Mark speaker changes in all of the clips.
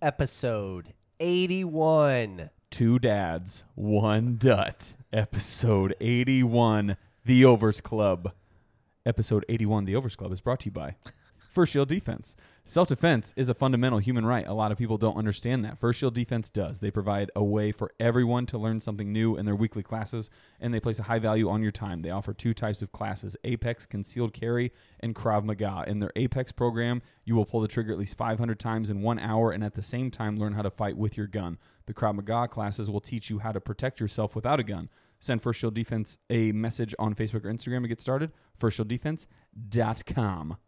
Speaker 1: episode 81.
Speaker 2: Two Dads, One Dut, episode 81, The Overs Club. Episode 81, The Overs Club, is brought to you by First Shield Defense. Self defense is a fundamental human right. A lot of people don't understand that. First Shield Defense does. They provide a way for everyone to learn something new in their weekly classes, and they place a high value on your time. They offer two types of classes Apex Concealed Carry and Krav Maga. In their Apex program, you will pull the trigger at least 500 times in one hour and at the same time learn how to fight with your gun. The Krav Maga classes will teach you how to protect yourself without a gun. Send First Shield Defense a message on Facebook or Instagram to get started. FirstShieldDefense.com.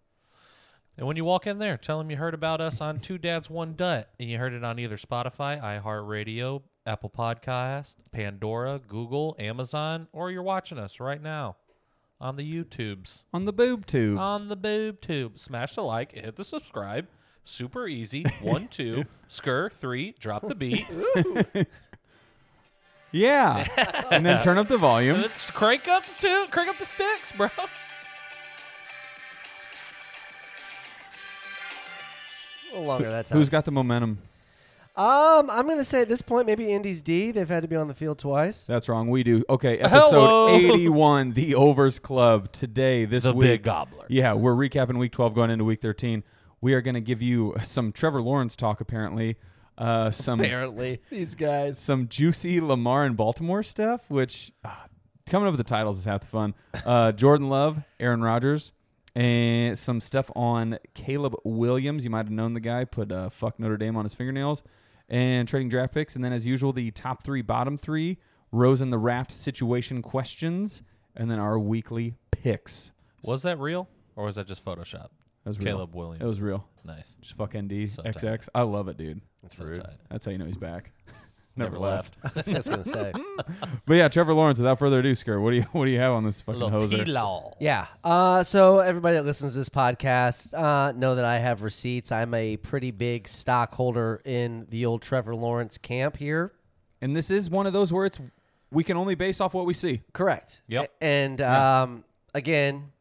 Speaker 3: And when you walk in there, tell them you heard about us on Two Dads One Dut, and you heard it on either Spotify, iHeartRadio, Apple Podcast, Pandora, Google, Amazon, or you're watching us right now on the YouTubes,
Speaker 2: On the boob tubes.
Speaker 3: on the boob tube. Smash the like, hit the subscribe. Super easy. One, two, skr, three, drop the beat.
Speaker 2: yeah. and then turn up the volume.
Speaker 3: Let's crank up two, crank up the sticks, bro.
Speaker 1: A little longer that time.
Speaker 2: Who's got the momentum?
Speaker 1: um, I'm going to say at this point, maybe Indy's D. They've had to be on the field twice.
Speaker 2: That's wrong. We do. Okay, episode
Speaker 3: Hello.
Speaker 2: 81, The Overs Club. Today, this
Speaker 3: The
Speaker 2: week.
Speaker 3: Big Gobbler.
Speaker 2: Yeah, we're recapping week 12 going into week 13. We are going to give you some Trevor Lawrence talk, apparently. Uh, some
Speaker 1: Apparently, these guys.
Speaker 2: some juicy Lamar and Baltimore stuff, which ah, coming up with the titles is half the fun. Uh, Jordan Love, Aaron Rodgers, and some stuff on Caleb Williams. You might have known the guy, put uh, fuck Notre Dame on his fingernails, and trading draft picks. And then, as usual, the top three, bottom three, Rose and the Raft situation questions, and then our weekly picks.
Speaker 3: Was that real or was that just Photoshop?
Speaker 2: That was real.
Speaker 3: Caleb Williams.
Speaker 2: That was real.
Speaker 3: nice.
Speaker 2: Just fuck ND,
Speaker 3: So tight.
Speaker 2: XX. I love it, dude.
Speaker 1: That's
Speaker 3: So
Speaker 1: rude.
Speaker 3: tight.
Speaker 2: That's how you know he's back.
Speaker 3: Never left.
Speaker 1: That's what I was going to say.
Speaker 2: But yeah, Trevor Lawrence. Without further ado, Skirt, what do you what do you have on this fucking
Speaker 3: Little
Speaker 2: hoser?
Speaker 3: T-Law.
Speaker 1: Yeah. Uh, so everybody that listens to this podcast uh, know that I have receipts. I'm a pretty big stockholder in the old Trevor Lawrence camp here.
Speaker 2: And this is one of those where it's we can only base off what we see.
Speaker 1: Correct.
Speaker 3: Yep.
Speaker 1: A- And um, again,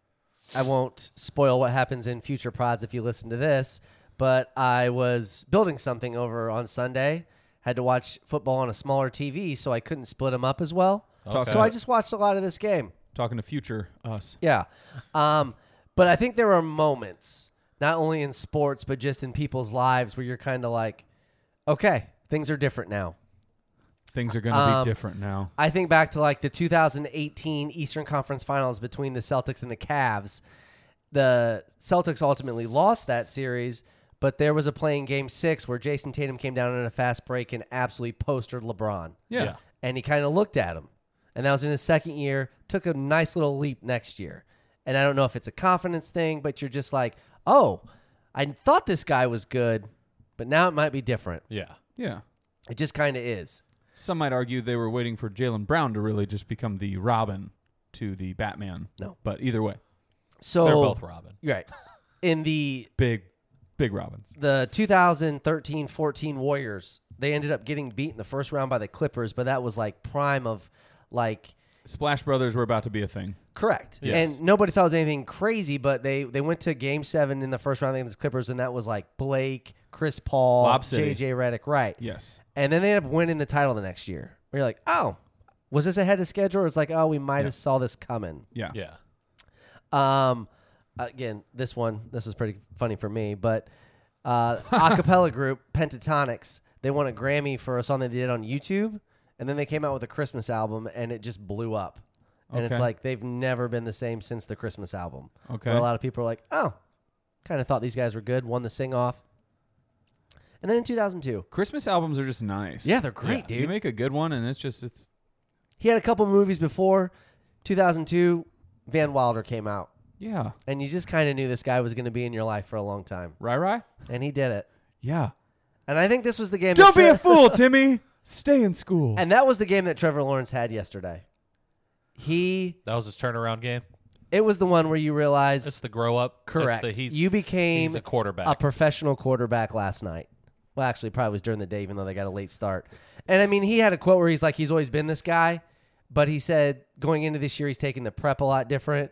Speaker 1: I won't spoil what happens in future pods if you listen to this, but I was building something over on Sunday. Had to watch football on a smaller TV, so I couldn't split them up as well.
Speaker 2: Okay.
Speaker 1: So I just watched a lot of this game.
Speaker 2: Talking to future us.
Speaker 1: Yeah. Um, but I think there are moments, not only in sports, but just in people's lives, where you're kind of like, okay, things are different now.
Speaker 2: Things are going to
Speaker 1: Um,
Speaker 2: be different now.
Speaker 1: I think back to like the 2018 Eastern Conference Finals between the Celtics and the Cavs. The Celtics ultimately lost that series, but there was a play in game six where Jason Tatum came down in a fast break and absolutely postered LeBron.
Speaker 2: Yeah.
Speaker 3: yeah.
Speaker 1: And he kind of looked at him. And that was in his second year, took a nice little leap next year. And I don't know if it's a confidence thing, but you're just like, oh, I thought this guy was good, but now it might be different.
Speaker 3: Yeah.
Speaker 2: Yeah.
Speaker 1: It just kind of is.
Speaker 2: Some might argue they were waiting for Jalen Brown to really just become the Robin to the Batman.
Speaker 1: No.
Speaker 2: But either way,
Speaker 1: So
Speaker 3: They're both Robin.
Speaker 1: Right. In the
Speaker 2: big, big Robins.
Speaker 1: the 2013-14 Warriors, they ended up getting beat in the first round by the Clippers, but that was like prime of like
Speaker 2: Splash Brothers were about to be a thing.
Speaker 1: correct.
Speaker 3: Yes.
Speaker 1: And nobody thought it was anything crazy, but they they went to game 7 in the first round against the Clippers and that was like Blake, Chris Paul,
Speaker 2: Lob City.
Speaker 1: JJ Redick, right.
Speaker 2: Yes.
Speaker 1: And then they ended up winning the title the next year. Where you're like, "Oh, was this ahead of schedule?" Or it's like, "Oh, we might have saw this coming."
Speaker 2: Yeah.
Speaker 3: Yeah.
Speaker 1: Um, again, this one, this is pretty funny for me, but uh, acapella group Pentatonics, they won a Grammy for a song they did on YouTube, and then they came out with a Christmas album, and it just blew up. And it's
Speaker 2: Okay.
Speaker 1: like they've never been the same since the Christmas album.
Speaker 2: Okay.
Speaker 1: Where a lot of people are like, oh, kind of thought these guys were good, won the sing off. And then in 2002,
Speaker 2: Christmas albums are just nice.
Speaker 1: yeah, they're great,
Speaker 2: Yeah.
Speaker 1: dude.
Speaker 2: You make a good one, and it's just it's
Speaker 1: he had a couple movies before 2002, Van Wilder came out.
Speaker 2: yeah.
Speaker 1: And you just kind of knew this guy was going to be in your life for a long time.
Speaker 2: Rai Rai.
Speaker 1: And he did it.
Speaker 2: Yeah.
Speaker 1: And I think this was the game.
Speaker 2: Don't
Speaker 1: that
Speaker 2: be
Speaker 1: Tre-
Speaker 2: a fool, Timmy. Stay in school.
Speaker 1: And that was the game that Trevor Lawrence had yesterday. He,
Speaker 3: That was his turnaround game.
Speaker 1: it was the one where you realize
Speaker 3: It's the grow up. It's
Speaker 1: correct.
Speaker 3: the he's,
Speaker 1: you became
Speaker 3: he's a quarterback.
Speaker 1: a professional quarterback last night. Well, actually, probably was during the day, even though they got a late start. And I mean, he had a quote where he's like, "He's always been this guy," but he said going into this year, he's taking the prep a lot different.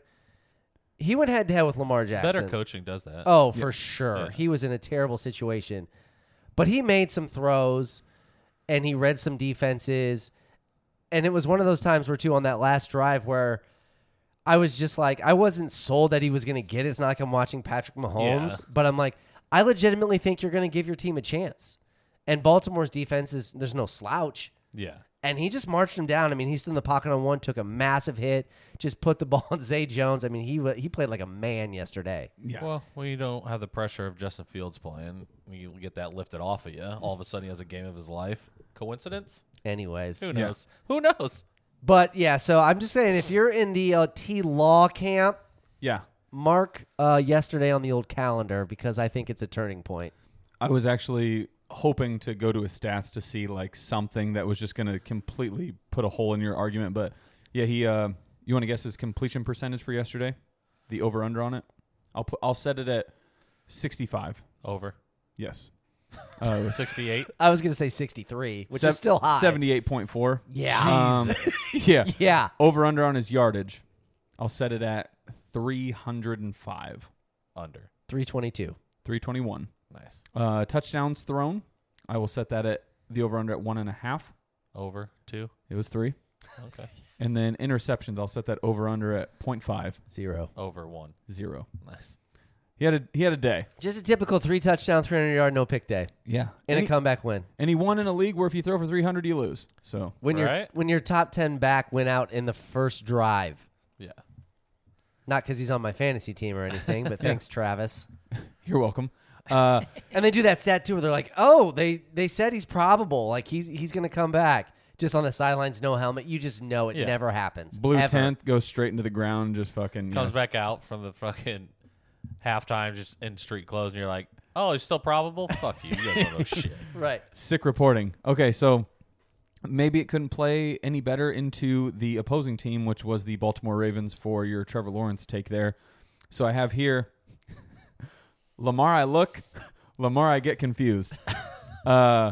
Speaker 1: He went head to head with Lamar Jackson.
Speaker 3: Better coaching does that.
Speaker 1: Oh, for Oh, sure.
Speaker 3: Yeah.
Speaker 1: He was in a terrible situation. But he made some throws and he read some defenses. And it was one of those times where, too, on that last drive where I was just like, I wasn't sold that he was going to get it. It's not like I'm watching Patrick Mahomes,
Speaker 3: Yeah.
Speaker 1: but I'm like, I legitimately think you're going to give your team a chance. And Baltimore's defense is, there's no slouch.
Speaker 3: Yeah.
Speaker 1: And he just marched him down. I mean, he stood in the pocket on one, took a massive hit, just put the ball on Zay Jones. I mean, he wa- he played like a man yesterday.
Speaker 2: Yeah.
Speaker 3: Well, when you don't have the pressure of Justin Fields playing, you get that lifted off of you. All of a sudden, he has a game of his life. Coincidence?
Speaker 1: Anyways,
Speaker 3: Who knows? Who knows?
Speaker 1: but yeah, so I'm just saying, if you're in the uh, T Law camp,
Speaker 2: Yeah.
Speaker 1: mark uh, yesterday on the old calendar because I think it's a turning point.
Speaker 2: I was actually hoping to go to his stats to see like something that was just going to completely put a hole in your argument, but yeah, he. Uh, you want to guess his completion percentage for yesterday? The over under on it? I'll put. I'll set it at sixty five.
Speaker 3: Over.
Speaker 2: Yes. Uh, it was
Speaker 3: 68.
Speaker 1: I was gonna say 63, which is still high.
Speaker 2: Seventy eight point four. Um,
Speaker 1: Yeah. Um,
Speaker 2: yeah.
Speaker 1: Yeah.
Speaker 2: Over under on his yardage. I'll set it at three hundred and five.
Speaker 3: Under.
Speaker 1: 322.
Speaker 2: Three twenty one.
Speaker 3: Nice.
Speaker 2: Uh, touchdowns thrown. I will set that at the over under at one and a half.
Speaker 3: Over. Two.
Speaker 2: It was three.
Speaker 3: Okay.
Speaker 2: And then interceptions, I'll set that over under at 0.50.
Speaker 1: Zero.
Speaker 3: Over one. Nice.
Speaker 2: He had a he had a day.
Speaker 1: Just a typical three touchdown, 300 yard, no pick day,
Speaker 2: Yeah.
Speaker 1: and
Speaker 2: And,
Speaker 1: a
Speaker 2: he,
Speaker 1: comeback win.
Speaker 2: and he won in a league where if you throw for 300 you lose. So,
Speaker 1: When your
Speaker 3: Right.
Speaker 1: when your top 10 back went out in the first drive,
Speaker 3: Yeah.
Speaker 1: Not because he's on my fantasy team or anything, but thanks, Travis.
Speaker 2: you're welcome. Uh,
Speaker 1: And they do that stat too, where they're like, "Oh, they they said he's probable, like he's he's gonna come back." Just on the sidelines, no helmet. You just know it
Speaker 3: Yeah.
Speaker 1: never happens.
Speaker 2: blue
Speaker 1: ever.
Speaker 2: tenth goes straight into the ground just fucking
Speaker 3: Comes
Speaker 2: yes.
Speaker 3: back out from the fucking halftime just in street clothes, and you're like, oh, he's still probable? Fuck you. You guys don't know shit.
Speaker 1: right?
Speaker 2: Sick reporting. Okay, so maybe it couldn't play any better into the opposing team, which was the Baltimore Ravens for your Trevor Lawrence take there. So I have here Lamar, I look, Lamar, I get confused. uh,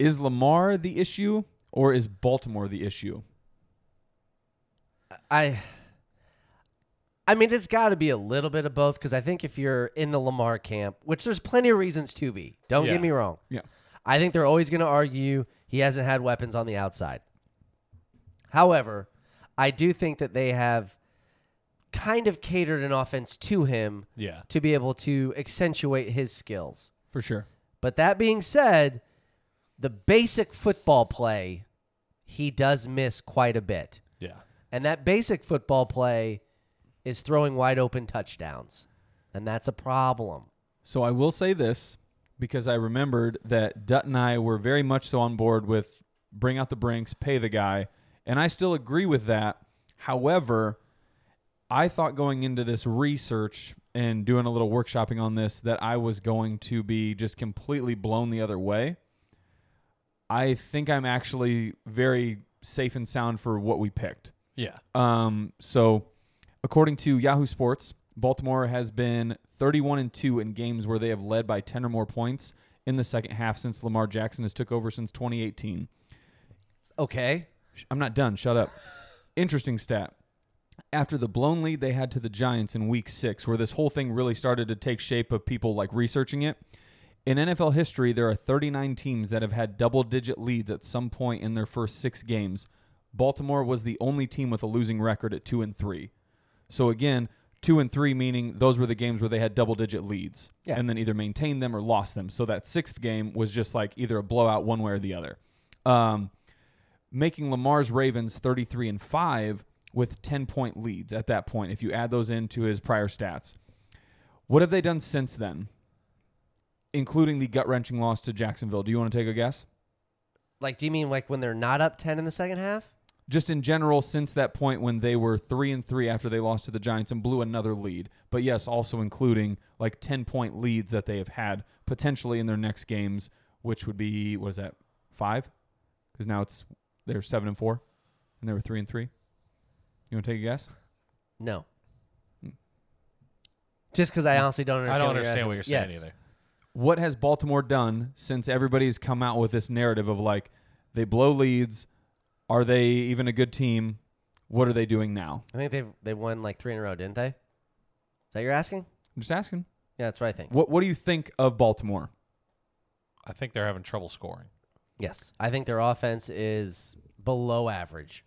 Speaker 2: is Lamar the issue or is Baltimore the issue?
Speaker 1: I. I mean, it's got to be a little bit of both because I think if you're in the Lamar camp, which there's plenty of reasons to be, don't
Speaker 3: Yeah.
Speaker 1: get me wrong.
Speaker 2: Yeah.
Speaker 1: I think they're always going to argue he hasn't had weapons on the outside. However, I do think that they have kind of catered an offense to him
Speaker 3: Yeah.
Speaker 1: to be able to accentuate his skills.
Speaker 2: For sure.
Speaker 1: But that being said, the basic football play, he does miss quite a bit.
Speaker 3: Yeah.
Speaker 1: And that basic football play is throwing wide open touchdowns. And that's a problem.
Speaker 2: So I will say this because I remembered that Dutt and I were very much so on board with bring out the brinks, pay the guy, and I still agree with that. However, I thought going into this research and doing a little workshopping on this that I was going to be just completely blown the other way. I think I'm actually very safe and sound for what we picked.
Speaker 3: Yeah.
Speaker 2: Um, so, according to Yahoo Sports, Baltimore has been 31 and two in games where they have led by 10 or more points in the second half since Lamar Jackson has took over since 2018.
Speaker 1: Okay.
Speaker 2: Sh- I'm not done. Shut up. Interesting stat. After the blown lead they had to the Giants in week six, where this whole thing really started to take shape of people like researching it. In NFL history, there are 39 teams that have had double digit leads at some point in their first six games. Baltimore was the only team with a losing record at two and three. So again, two and three meaning those were the games where they had double digit leads
Speaker 1: Yeah.
Speaker 2: and then either maintained them or lost them. So that sixth game was just like either a blowout one way or the other. Um, making Lamar's Ravens 33 and 5 with 10 point leads at that point if you add those into his prior stats. What have they done since then? Including the gut wrenching loss to Jacksonville. Do you want to take a guess?
Speaker 1: Like, do you mean like when they're not up 10 in the second half?
Speaker 2: Just in general, since that point when they were three and three after they lost to the Giants and blew another lead, but yes, also including like ten point leads that they have had potentially in their next games, which would be what is that five? Because now it's they're seven and four, and they were three and three. You want to take a guess?
Speaker 1: No. Just because I honestly don't understand.
Speaker 3: I don't
Speaker 1: you're
Speaker 3: understand what you're
Speaker 1: asking.
Speaker 3: saying
Speaker 1: Yes.
Speaker 3: either.
Speaker 2: what has Baltimore done since everybody's come out with this narrative of like they blow leads? Are they even a good team? What are they doing now?
Speaker 1: I think they've they won like three in a row, didn't they? Is that you're asking?
Speaker 2: I'm just asking.
Speaker 1: Yeah, that's what I think.
Speaker 2: What What do you think of Baltimore?
Speaker 3: I think they're having trouble scoring.
Speaker 1: Yes, I think their offense is below average.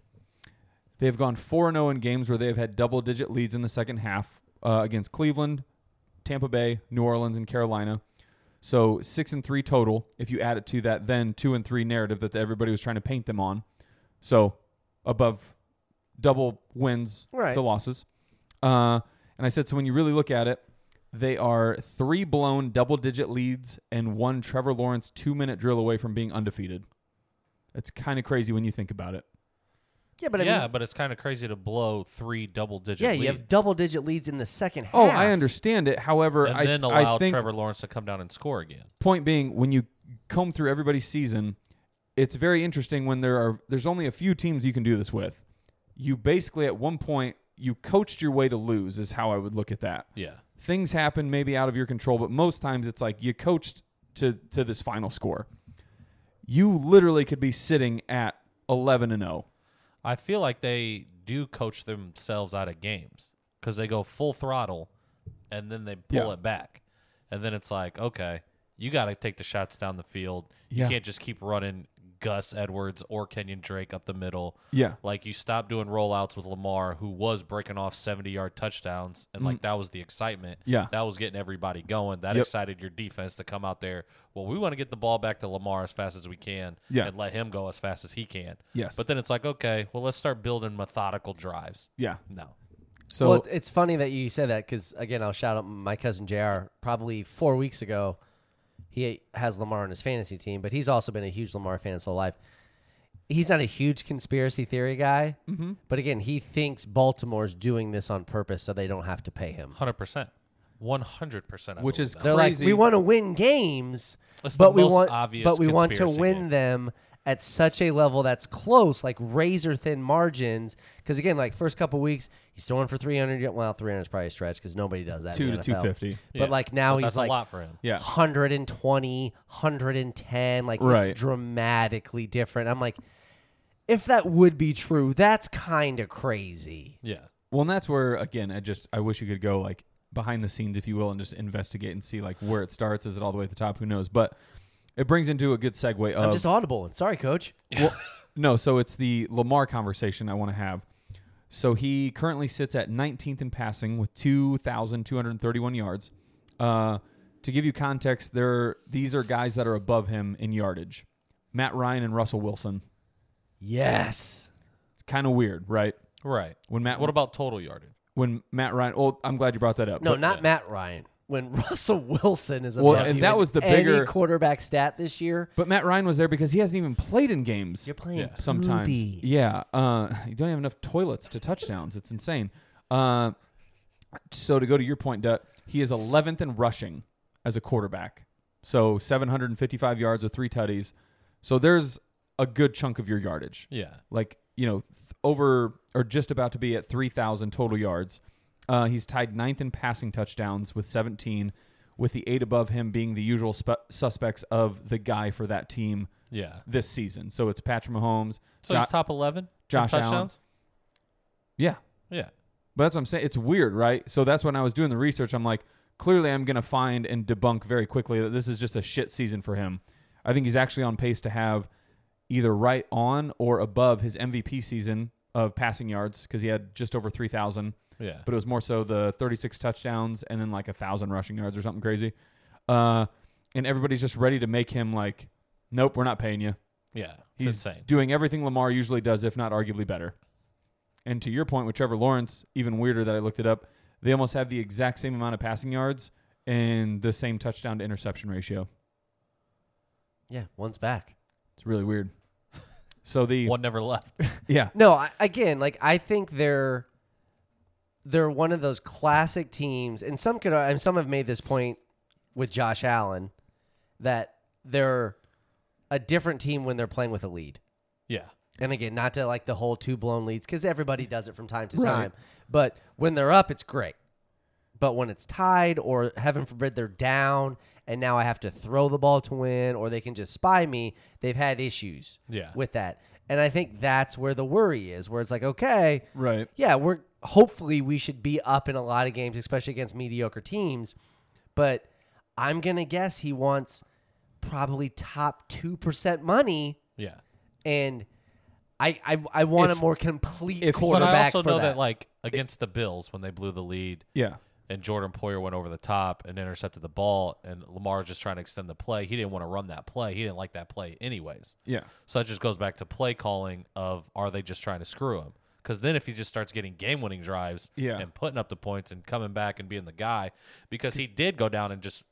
Speaker 2: They've gone 4 0 in games where they've had double digit leads in the second half uh, against Cleveland, Tampa Bay, New Orleans, and Carolina. So 6 and 3 total. If you add it to that, then 2 and 3 narrative that everybody was trying to paint them on. So above double wins
Speaker 1: Right.
Speaker 2: to losses. Uh, and I said, so when you really look at it, they are three blown double digit leads and one Trevor Lawrence two minute drill away from being undefeated. That's kind of crazy when you think about it.
Speaker 1: Yeah, but I
Speaker 3: yeah,
Speaker 1: mean,
Speaker 3: but it's kind of crazy to blow three double digit.
Speaker 1: yeah,
Speaker 3: leads
Speaker 1: you have double digit leads in the second half.
Speaker 2: Oh, I understand it. However,
Speaker 3: and
Speaker 2: I,
Speaker 3: then
Speaker 2: I
Speaker 3: allow
Speaker 2: think
Speaker 3: Trevor Lawrence to come down and score again.
Speaker 2: point being when you comb through everybody's season, it's very interesting when there are there's only a few teams you can do this with. You basically at one point you coached your way to lose is how I would look at that.
Speaker 3: Yeah,
Speaker 2: things happen maybe out of your control, but most times it's like you coached to to this final score. You literally could be sitting at 11 and oh. 0.
Speaker 3: I feel like they do coach themselves out of games because they go full throttle and then they pull
Speaker 2: Yeah.
Speaker 3: it back, and then it's like, okay, you got to take the shots down the field.
Speaker 2: Yeah.
Speaker 3: You can't just keep running Gus Edwards or Kenyon Drake up the middle.
Speaker 2: Yeah.
Speaker 3: Like you stopped doing rollouts with Lamar, who was breaking off seventy-yard touchdowns, and like that was the excitement.
Speaker 2: Mm. Yeah.
Speaker 3: that was getting everybody going. That
Speaker 2: Yep.
Speaker 3: excited your defense to come out there. Well, we want to get the ball back to Lamar as fast as we can,
Speaker 2: Yeah.
Speaker 3: and let him go as fast as he can.
Speaker 2: Yes.
Speaker 3: But then it's like, okay, well, let's start building methodical drives.
Speaker 2: Yeah.
Speaker 3: No,
Speaker 2: So
Speaker 1: well, it- it's funny that you said that because again, I'll shout out my cousin Jr. Probably four weeks ago, he has Lamar on his fantasy team, but he's also been a huge Lamar fan his whole life. He's not a huge conspiracy theory guy,
Speaker 2: Mm-hmm.
Speaker 1: but again, he thinks Baltimore's doing this on purpose so they don't have to pay him.
Speaker 3: hundred percent, one hundred percent.
Speaker 2: Which is
Speaker 1: They're
Speaker 2: Crazy.
Speaker 1: like, we want to win games,
Speaker 3: That's
Speaker 1: but
Speaker 3: the
Speaker 1: we
Speaker 3: most
Speaker 1: want,
Speaker 3: obvious
Speaker 1: but we want to
Speaker 3: conspiracy
Speaker 1: win
Speaker 3: game.
Speaker 1: them at such a level that's close, like razor thin margins. Because again, like first couple weeks, he's throwing for three hundred. Well, three hundred is probably a stretch because nobody does that. in
Speaker 2: 2
Speaker 1: the
Speaker 2: to
Speaker 1: NFL.
Speaker 2: 250.
Speaker 1: But like now he's
Speaker 3: that's
Speaker 1: like
Speaker 3: a lot for him.
Speaker 2: yeah.
Speaker 1: 120, 110. Like
Speaker 2: Right.
Speaker 1: it's dramatically different. I'm like, if that would be true, that's kind of crazy.
Speaker 3: Yeah,
Speaker 2: Well, and that's where again, I just I wish you could go like behind the scenes, if you will, and just investigate and see like where it starts. Is it all the way at the top? Who knows? But it brings into a good segue
Speaker 1: I'm
Speaker 2: of
Speaker 1: just audible. And sorry, coach.
Speaker 2: well, no, so it's the Lamar conversation I want to have. So he currently sits at 19th in passing with 2,231 yards. Uh, to give you context, there these are guys that are above him in yardage: Matt Ryan and Russell Wilson.
Speaker 1: Yes.
Speaker 2: It's kind of weird, right?
Speaker 3: right.
Speaker 2: When Matt
Speaker 3: What about total yardage?
Speaker 2: when Matt Ryan? Oh, I'm glad you brought that up.
Speaker 1: No,
Speaker 2: But- uh,
Speaker 1: not Matt Ryan. When Russell Wilson is above
Speaker 2: Well,
Speaker 1: you
Speaker 2: and that
Speaker 1: in
Speaker 2: was the
Speaker 1: any
Speaker 2: bigger-
Speaker 1: quarterback stat this year.
Speaker 2: But Matt Ryan was there because he hasn't even played in games.
Speaker 1: You're playing
Speaker 2: Yeah, sometimes.
Speaker 1: poopy.
Speaker 2: Yeah, uh, you don't have enough toilets to touchdowns. It's insane. Uh, so to go to your point, Dutt, he is 11th in rushing as a quarterback. So 755 yards with three tutties. So there's a good chunk of your yardage
Speaker 3: Yeah,
Speaker 2: like you know th- over or just about to be at 3000 total yards uh, he's tied ninth in passing touchdowns with 17 with the eight above him being the usual spe- suspects of the guy for that team
Speaker 3: yeah.
Speaker 2: this season so it's patrick mahomes
Speaker 3: So
Speaker 2: Jo-
Speaker 3: he's top eleven.
Speaker 2: Josh Allen.
Speaker 3: touchdowns.
Speaker 2: yeah
Speaker 3: Yeah,
Speaker 2: but that's what i'm saying it's weird right so that's when i was doing the research i'm like clearly i'm going to find and debunk very quickly that this is just a shit season for him i think he's actually on pace to have either right on or above his mvp season of passing yards because he had just over 3000
Speaker 3: yeah.
Speaker 2: but it was more so the 36 touchdowns and then like a thousand rushing yards or something crazy. Uh, and everybody's just ready to make him like, nope, we're not paying you.
Speaker 3: Yeah, it's
Speaker 2: He's
Speaker 3: insane.
Speaker 2: doing everything Lamar usually does, if not arguably better. And to your point with Trevor Lawrence, even weirder that I looked it up, they almost have the exact same amount of passing yards and the same touchdown to interception ratio.
Speaker 1: Yeah, one's back.
Speaker 2: It's really weird. So the
Speaker 3: One never left.
Speaker 2: yeah
Speaker 1: No, I, again, like I think they're they're one of those classic teams, and some could and some have made this point with Josh Allen that they're a different team when they're playing with a lead.
Speaker 3: Yeah,
Speaker 1: And again, not to like the whole two blown leads because everybody does it from time to
Speaker 2: Right.
Speaker 1: time. But when they're up, it's great. But when it's tied, or heaven forbid they're down, and now I have to throw the ball to win, or they can just spy me, they've had issues
Speaker 3: Yeah.
Speaker 1: with that. And I think that's where the worry is, where it's like, okay,
Speaker 2: right
Speaker 1: yeah, we're hopefully we should be up in a lot of games, especially against mediocre teams. But I'm gonna guess he wants probably top two percent money,
Speaker 3: Yeah.
Speaker 1: and I I, I want
Speaker 2: If-
Speaker 1: a more complete
Speaker 2: if-
Speaker 3: But
Speaker 1: quarterback
Speaker 3: I also
Speaker 1: for
Speaker 3: know that.
Speaker 1: that.
Speaker 3: like against the Bills when they blew the lead
Speaker 2: Yeah.
Speaker 3: and Jordan Poyer went over the top and intercepted the ball and Lamar was just trying to extend the play. He didn't want to run that play. He didn't like that play anyways.
Speaker 2: Yeah.
Speaker 3: So that just goes back to play calling of are they just trying to screw him? Because then if he just starts getting game winning drives
Speaker 2: Yeah.
Speaker 3: and putting up the points and coming back and being the guy, because he did go down and just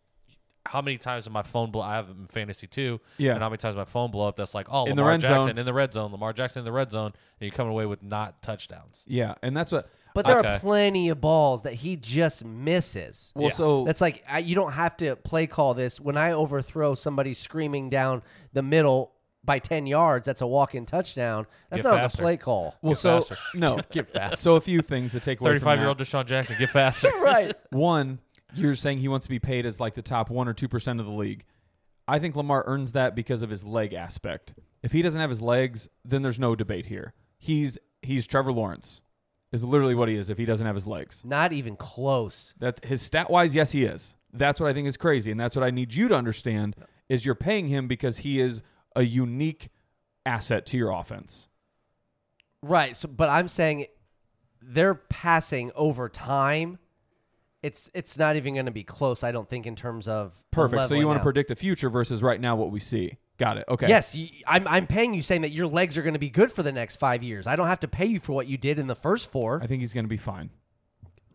Speaker 3: how many times did my phone blow? I have him in fantasy too.
Speaker 2: Yeah.
Speaker 3: And how many times my phone blow up? That's like, oh,
Speaker 2: In the
Speaker 3: Lamar
Speaker 2: red zone.
Speaker 3: Jackson in the red zone, Lamar Jackson in the red zone, and you're coming away with not touchdowns.
Speaker 2: Yeah. And that's what.
Speaker 1: but there
Speaker 3: okay.
Speaker 1: are plenty of balls that he just misses.
Speaker 2: Well, so
Speaker 1: That's like I, you don't have to play call this. When I overthrow somebody screaming down the middle by ten yards, that's a walk-in touchdown. That's
Speaker 3: Get
Speaker 1: not
Speaker 3: faster.
Speaker 1: a play call.
Speaker 2: well,
Speaker 3: Get
Speaker 2: so
Speaker 3: faster.
Speaker 2: no. So a few things to take away. from
Speaker 3: 35 year
Speaker 2: that.
Speaker 3: old Deshaun Jackson, get faster.
Speaker 1: right.
Speaker 2: One, you're saying he wants to be paid as like the top one or two percent of the league. I think Lamar earns that because of his leg aspect. If he doesn't have his legs, then there's no debate here. He's he's Trevor Lawrence, is literally what he is if he doesn't have his legs.
Speaker 1: Not even close.
Speaker 2: That his stat wise, yes, he is. That's what I think is crazy, and that's what I need you to understand is you're paying him because he is a unique asset to your offense.
Speaker 1: Right. So, but I'm saying they're passing over time. It's it's not even going to be close. I don't think in terms of the
Speaker 2: Perfect. So you
Speaker 1: leveling
Speaker 2: want to
Speaker 1: out.
Speaker 2: predict the future versus right now what we see. Got it. Okay.
Speaker 1: Yes, you, I'm I'm paying you saying that your legs are going to be good for the next five years. I don't have to pay you for what you did in the first four.
Speaker 2: I think he's going to be fine.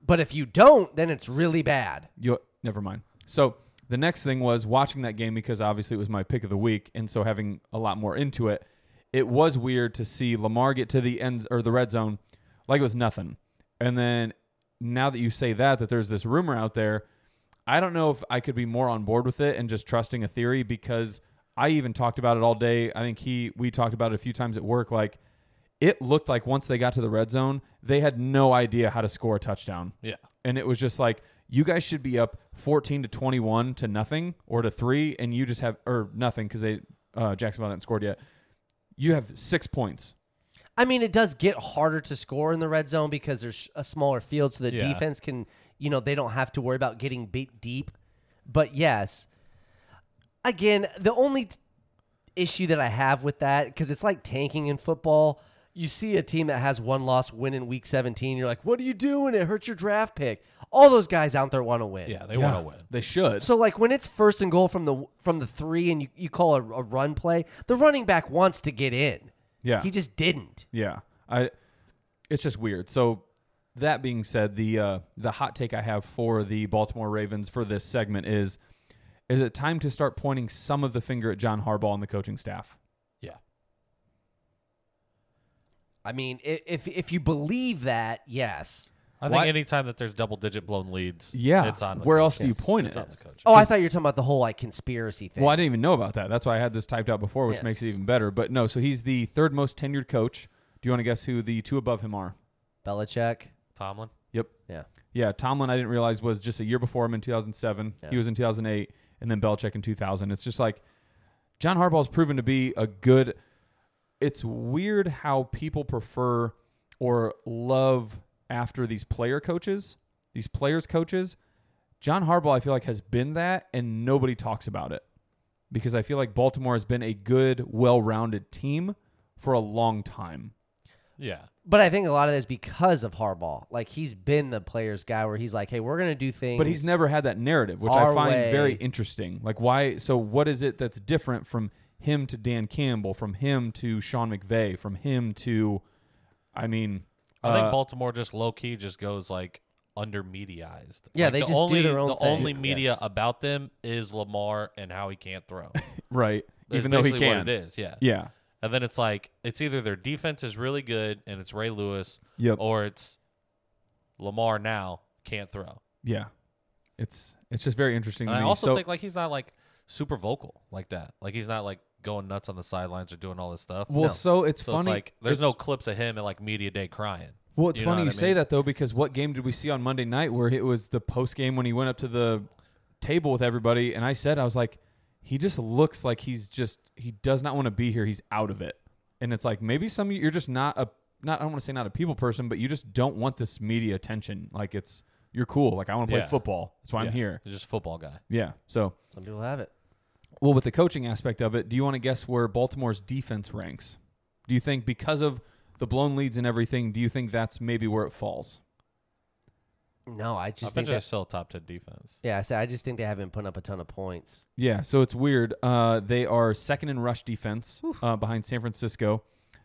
Speaker 1: But if you don't, then it's really bad.
Speaker 2: You never mind. So the next thing was watching that game because obviously it was my pick of the week, and so having a lot more into it, it was weird to see Lamar get to the end or the red zone like it was nothing. And then now that you say that, that there's this rumor out there, I don't know if I could be more on board with it and just trusting a theory because I even talked about it all day. I think he we talked about it a few times at work. Like it looked like once they got to the red zone, they had no idea how to score a touchdown
Speaker 3: Yeah.
Speaker 2: and it was just like you guys should be up 14 to 21 to nothing or to three and you just have or nothing because they uh, jacksonville hadn't scored yet you have six points
Speaker 1: I mean, it does get harder to score in the red zone because there's a smaller field, so the
Speaker 3: Yeah.
Speaker 1: defense can, you know, they don't have to worry about getting beat deep. But yes, again, the only t- issue that I have with that because it's like tanking in football. You see a team that has one loss win in week 17, you're like, "What are you doing? It hurts your draft pick." All those guys out there want to win.
Speaker 3: Yeah, they want to win.
Speaker 2: they should
Speaker 1: So like when it's first and goal from the from the three, and you, you call a, a run play, the running back wants to get in.
Speaker 2: yeah
Speaker 1: He just didn't.
Speaker 2: yeah i it's just weird so that being said the uh the hot take i have for the baltimore ravens for this segment is is it time to start pointing some of the finger at john harbaugh and the coaching staff
Speaker 3: Yeah.
Speaker 1: I mean, i- if if you believe that, yes.
Speaker 3: I
Speaker 2: Why-
Speaker 3: think anytime that there's double digit blown leads,
Speaker 2: yeah
Speaker 3: it's on. the
Speaker 2: where
Speaker 3: coach.
Speaker 2: else do you
Speaker 1: Yes.
Speaker 2: point
Speaker 3: It's
Speaker 2: it
Speaker 3: on the coach.
Speaker 1: Oh, I thought you were talking about the whole like conspiracy thing.
Speaker 2: Well, I didn't even know about that. That's why I had this typed out before, which
Speaker 1: Yes.
Speaker 2: makes it even better. But no, so he's the third most tenured coach. Do you want to guess who the two above him are?
Speaker 1: Belichick.
Speaker 3: Tomlin.
Speaker 2: Yep.
Speaker 1: Yeah.
Speaker 2: Yeah, Tomlin, I didn't realize was just a year before him in 2007. He was in 2008, and then Belichick in 2000. It's just like John Harbaugh's proven to be a good. It's weird how people prefer or love after these player coaches, these players coaches. John Harbaugh, I feel like, has been that, and nobody talks about it because I feel like Baltimore has been a good, well-rounded team for a long time.
Speaker 3: Yeah.
Speaker 1: But I think a lot of that is because of Harbaugh. Like he's been the players guy where he's like, "Hey, we're gonna do things."
Speaker 2: But he's never had that narrative, which I
Speaker 1: Our
Speaker 2: find
Speaker 1: way.
Speaker 2: very interesting. Like, why? So, what is it that's different from him to Dan Campbell, from him to Sean McVay, from him to, I mean,
Speaker 3: I
Speaker 2: uh,
Speaker 3: think Baltimore just low key just goes like under mediaized.
Speaker 1: Yeah,
Speaker 3: Like,
Speaker 1: they
Speaker 3: the
Speaker 1: just do
Speaker 3: only,
Speaker 1: their own
Speaker 3: The
Speaker 1: thing.
Speaker 3: only media
Speaker 1: Yes.
Speaker 3: about them is Lamar and how he can't throw.
Speaker 2: right?
Speaker 3: That's
Speaker 2: Even though he
Speaker 3: basically
Speaker 2: can,
Speaker 3: what it is. Yeah.
Speaker 2: yeah,
Speaker 3: And then it's like it's either their defense is really good and it's Ray Lewis,
Speaker 2: Yep.
Speaker 3: or it's Lamar now can't throw.
Speaker 2: yeah. It's it's just very interesting.
Speaker 3: And
Speaker 2: to
Speaker 3: I
Speaker 2: me.
Speaker 3: also
Speaker 2: so,
Speaker 3: think like he's not like super vocal like that. Like he's not like going nuts on the sidelines or doing all this stuff.
Speaker 2: well, so it's
Speaker 3: So
Speaker 2: funny.
Speaker 3: it's like there's
Speaker 2: it's-
Speaker 3: no clips of him at like media day crying.
Speaker 2: Well, it's
Speaker 3: You know
Speaker 2: funny
Speaker 3: what
Speaker 2: you
Speaker 3: I
Speaker 2: say
Speaker 3: mean?
Speaker 2: that though, because what game did we see on Monday night where it was the post game when he went up to the table with everybody, and I said I was like, he just looks like he's just he does not want to be here. He's out of it, and it's like maybe some you're just not a not I don't want to say not a people person, but you just don't want this media attention. Like it's you're cool. Like I want to play
Speaker 3: Yeah.
Speaker 2: football. That's why I'm
Speaker 3: Yeah.
Speaker 2: here.
Speaker 3: He's just a football guy.
Speaker 2: Yeah. So
Speaker 1: Some people have it.
Speaker 2: Well, with the coaching aspect of it, do you want to guess where Baltimore's defense ranks? Do you think because of the blown leads and everything, do you think that's maybe where it falls?
Speaker 1: No, I just think
Speaker 3: I bet you
Speaker 1: that,
Speaker 3: they're still a top ten defense.
Speaker 1: yeah, I say I just think they haven't put up a ton of points.
Speaker 2: Yeah, so it's weird. Uh, they are second in rush defense uh, behind San Francisco.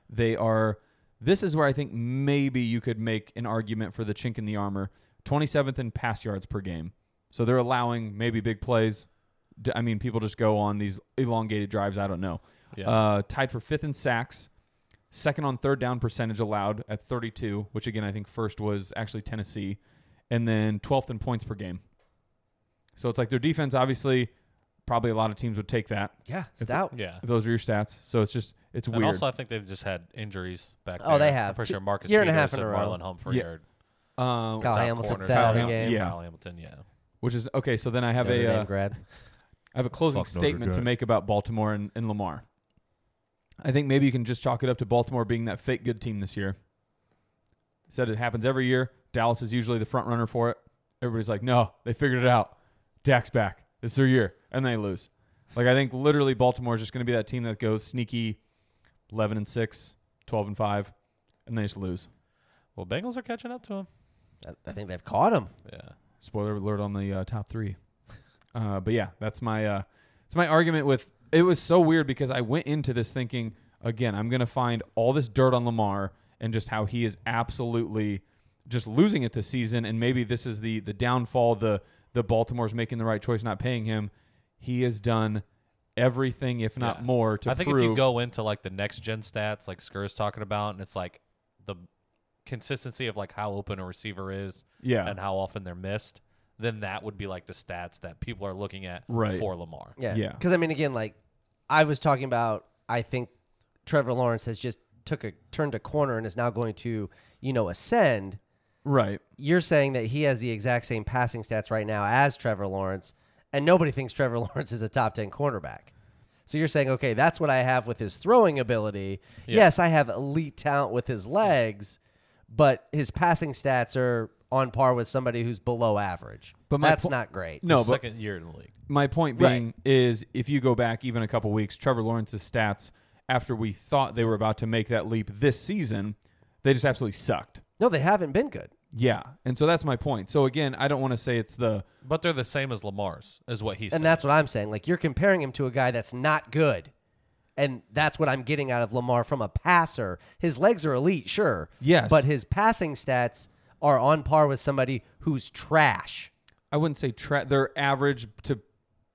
Speaker 2: They are. This is where I think maybe you could make an argument for the chink in the armor. 27th in pass yards per game. So they're allowing maybe big plays. D- I mean, people just go on these elongated drives. I don't know.
Speaker 3: Yeah.
Speaker 2: Uh, tied for fifth in sacks, second on third down percentage allowed at 32, which again I think first was actually Tennessee, and then 12th in points per game. So it's like their defense obviously probably a lot of teams would take that.
Speaker 1: Yeah,
Speaker 2: If-
Speaker 1: stout.
Speaker 3: yeah.
Speaker 2: If those are your stats. So it's just it's
Speaker 3: And
Speaker 2: weird.
Speaker 3: also, I think they've just had injuries back.
Speaker 1: Oh, they
Speaker 3: there. I'm
Speaker 1: have.
Speaker 3: pretty
Speaker 1: Two-
Speaker 3: sure Marcus
Speaker 1: year and
Speaker 3: Peters
Speaker 1: a
Speaker 3: and,
Speaker 1: half in a row.
Speaker 3: Marlon Humphrey
Speaker 2: Yeah.
Speaker 3: are
Speaker 2: um,
Speaker 1: Kyle
Speaker 3: top
Speaker 1: Hamilton's
Speaker 3: corners.
Speaker 1: out of
Speaker 3: Kyle
Speaker 1: the
Speaker 3: Ham-
Speaker 1: game.
Speaker 2: Yeah.
Speaker 3: Kyle Hamilton. Yeah.
Speaker 2: which is okay. So then I have a
Speaker 1: Notre Dame
Speaker 2: uh,
Speaker 1: grad.
Speaker 2: I have a closing
Speaker 3: Fuck Notre
Speaker 2: statement to
Speaker 3: Dame.
Speaker 2: make about Baltimore and, and Lamar. I think maybe you can just chalk it up to Baltimore being that fake good team this year. Said it happens every year. Dallas is usually the front runner for it. Everybody's like, no, they figured it out. Dak's back. It's their year, and they lose. Like I think literally Baltimore is just going to be that team that goes sneaky, eleven and six, 12 and five, and they just lose.
Speaker 3: Well, Bengals are catching up to him.
Speaker 1: I, I think they've caught him.
Speaker 3: Yeah.
Speaker 2: spoiler alert on the uh, top three. Uh, but yeah, that's my uh, that's my argument with. It was so weird because I went into this thinking again, I'm gonna find all this dirt on Lamar and just how he is absolutely just losing it this season, and maybe this is the the downfall. The the Baltimore's making the right choice, not paying him. He has done everything, if not
Speaker 3: Yeah.
Speaker 2: more, to
Speaker 3: I think
Speaker 2: prove.
Speaker 3: if you go into like the next gen stats, like Skur's talking about, and it's like the consistency of like how open a receiver is
Speaker 2: yeah,
Speaker 3: and how often they're missed, then that would be like the stats that people are looking at
Speaker 2: Right.
Speaker 3: for Lamar.
Speaker 1: Yeah.
Speaker 2: Yeah.
Speaker 1: Because I mean, again, like I was talking about, I think Trevor Lawrence has just took a turned a corner and is now going to, you know, ascend.
Speaker 2: right.
Speaker 1: You're saying that he has the exact same passing stats right now as Trevor Lawrence, and nobody thinks Trevor Lawrence is a top ten cornerback. So you're saying, okay, that's what I have with his throwing ability.
Speaker 3: Yeah.
Speaker 1: Yes, I have elite talent with his legs, but his passing stats are on par with somebody who's below average.
Speaker 2: But
Speaker 1: But
Speaker 2: my
Speaker 1: that's
Speaker 2: po-
Speaker 1: not great.
Speaker 2: No,
Speaker 3: His
Speaker 2: but
Speaker 3: second year in the league.
Speaker 2: my point
Speaker 1: Right.
Speaker 2: being is if you go back even a couple weeks, Trevor Lawrence's stats after we thought they were about to make that leap this season, they just absolutely sucked.
Speaker 1: No, they haven't been good.
Speaker 2: Yeah. And so that's my point. So again, I don't want to say it's the
Speaker 3: But they're the same as Lamar's, is what he said.
Speaker 1: And that's what I'm saying. Like you're comparing him to a guy that's not good. And that's what I'm getting out of Lamar from a passer. His legs are elite, sure.
Speaker 2: Yes.
Speaker 1: But his passing stats are on par with somebody who's trash.
Speaker 2: I wouldn't say tra- they're average to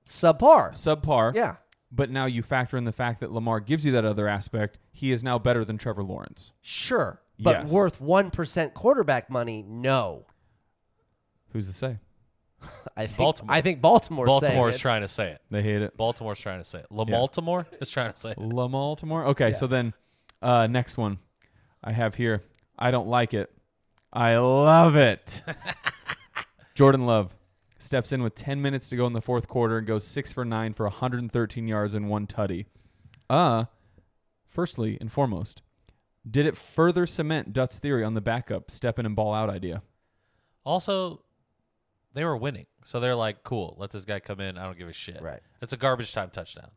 Speaker 1: Subpar.
Speaker 2: subpar.
Speaker 1: Yeah.
Speaker 2: But now you factor in the fact that Lamar gives you that other aspect. He is now better than Trevor Lawrence,
Speaker 1: Sure. But
Speaker 2: Yes.
Speaker 1: worth 1% quarterback money? No.
Speaker 2: who's to say
Speaker 1: I think
Speaker 3: Baltimore.
Speaker 1: I think Baltimore's saying
Speaker 3: Baltimore is
Speaker 1: it.
Speaker 3: trying to say it.
Speaker 2: they hate it.
Speaker 3: Baltimore's trying to say it. Lamaltimore is trying to say it.
Speaker 2: Lamal tomorrow. Okay, so then uh, next one I have here. I don't like it. I love it. Jordan Love steps in with 10 minutes to go in the fourth quarter and goes six for nine for 113 yards and one tutty. Uh, firstly and foremost, did it further cement Dutt's theory on the backup step in and ball out idea?
Speaker 3: Also, they were winning. So they're like, cool, let this guy come in. I don't give a shit.
Speaker 1: Right.
Speaker 3: It's a garbage time touchdown.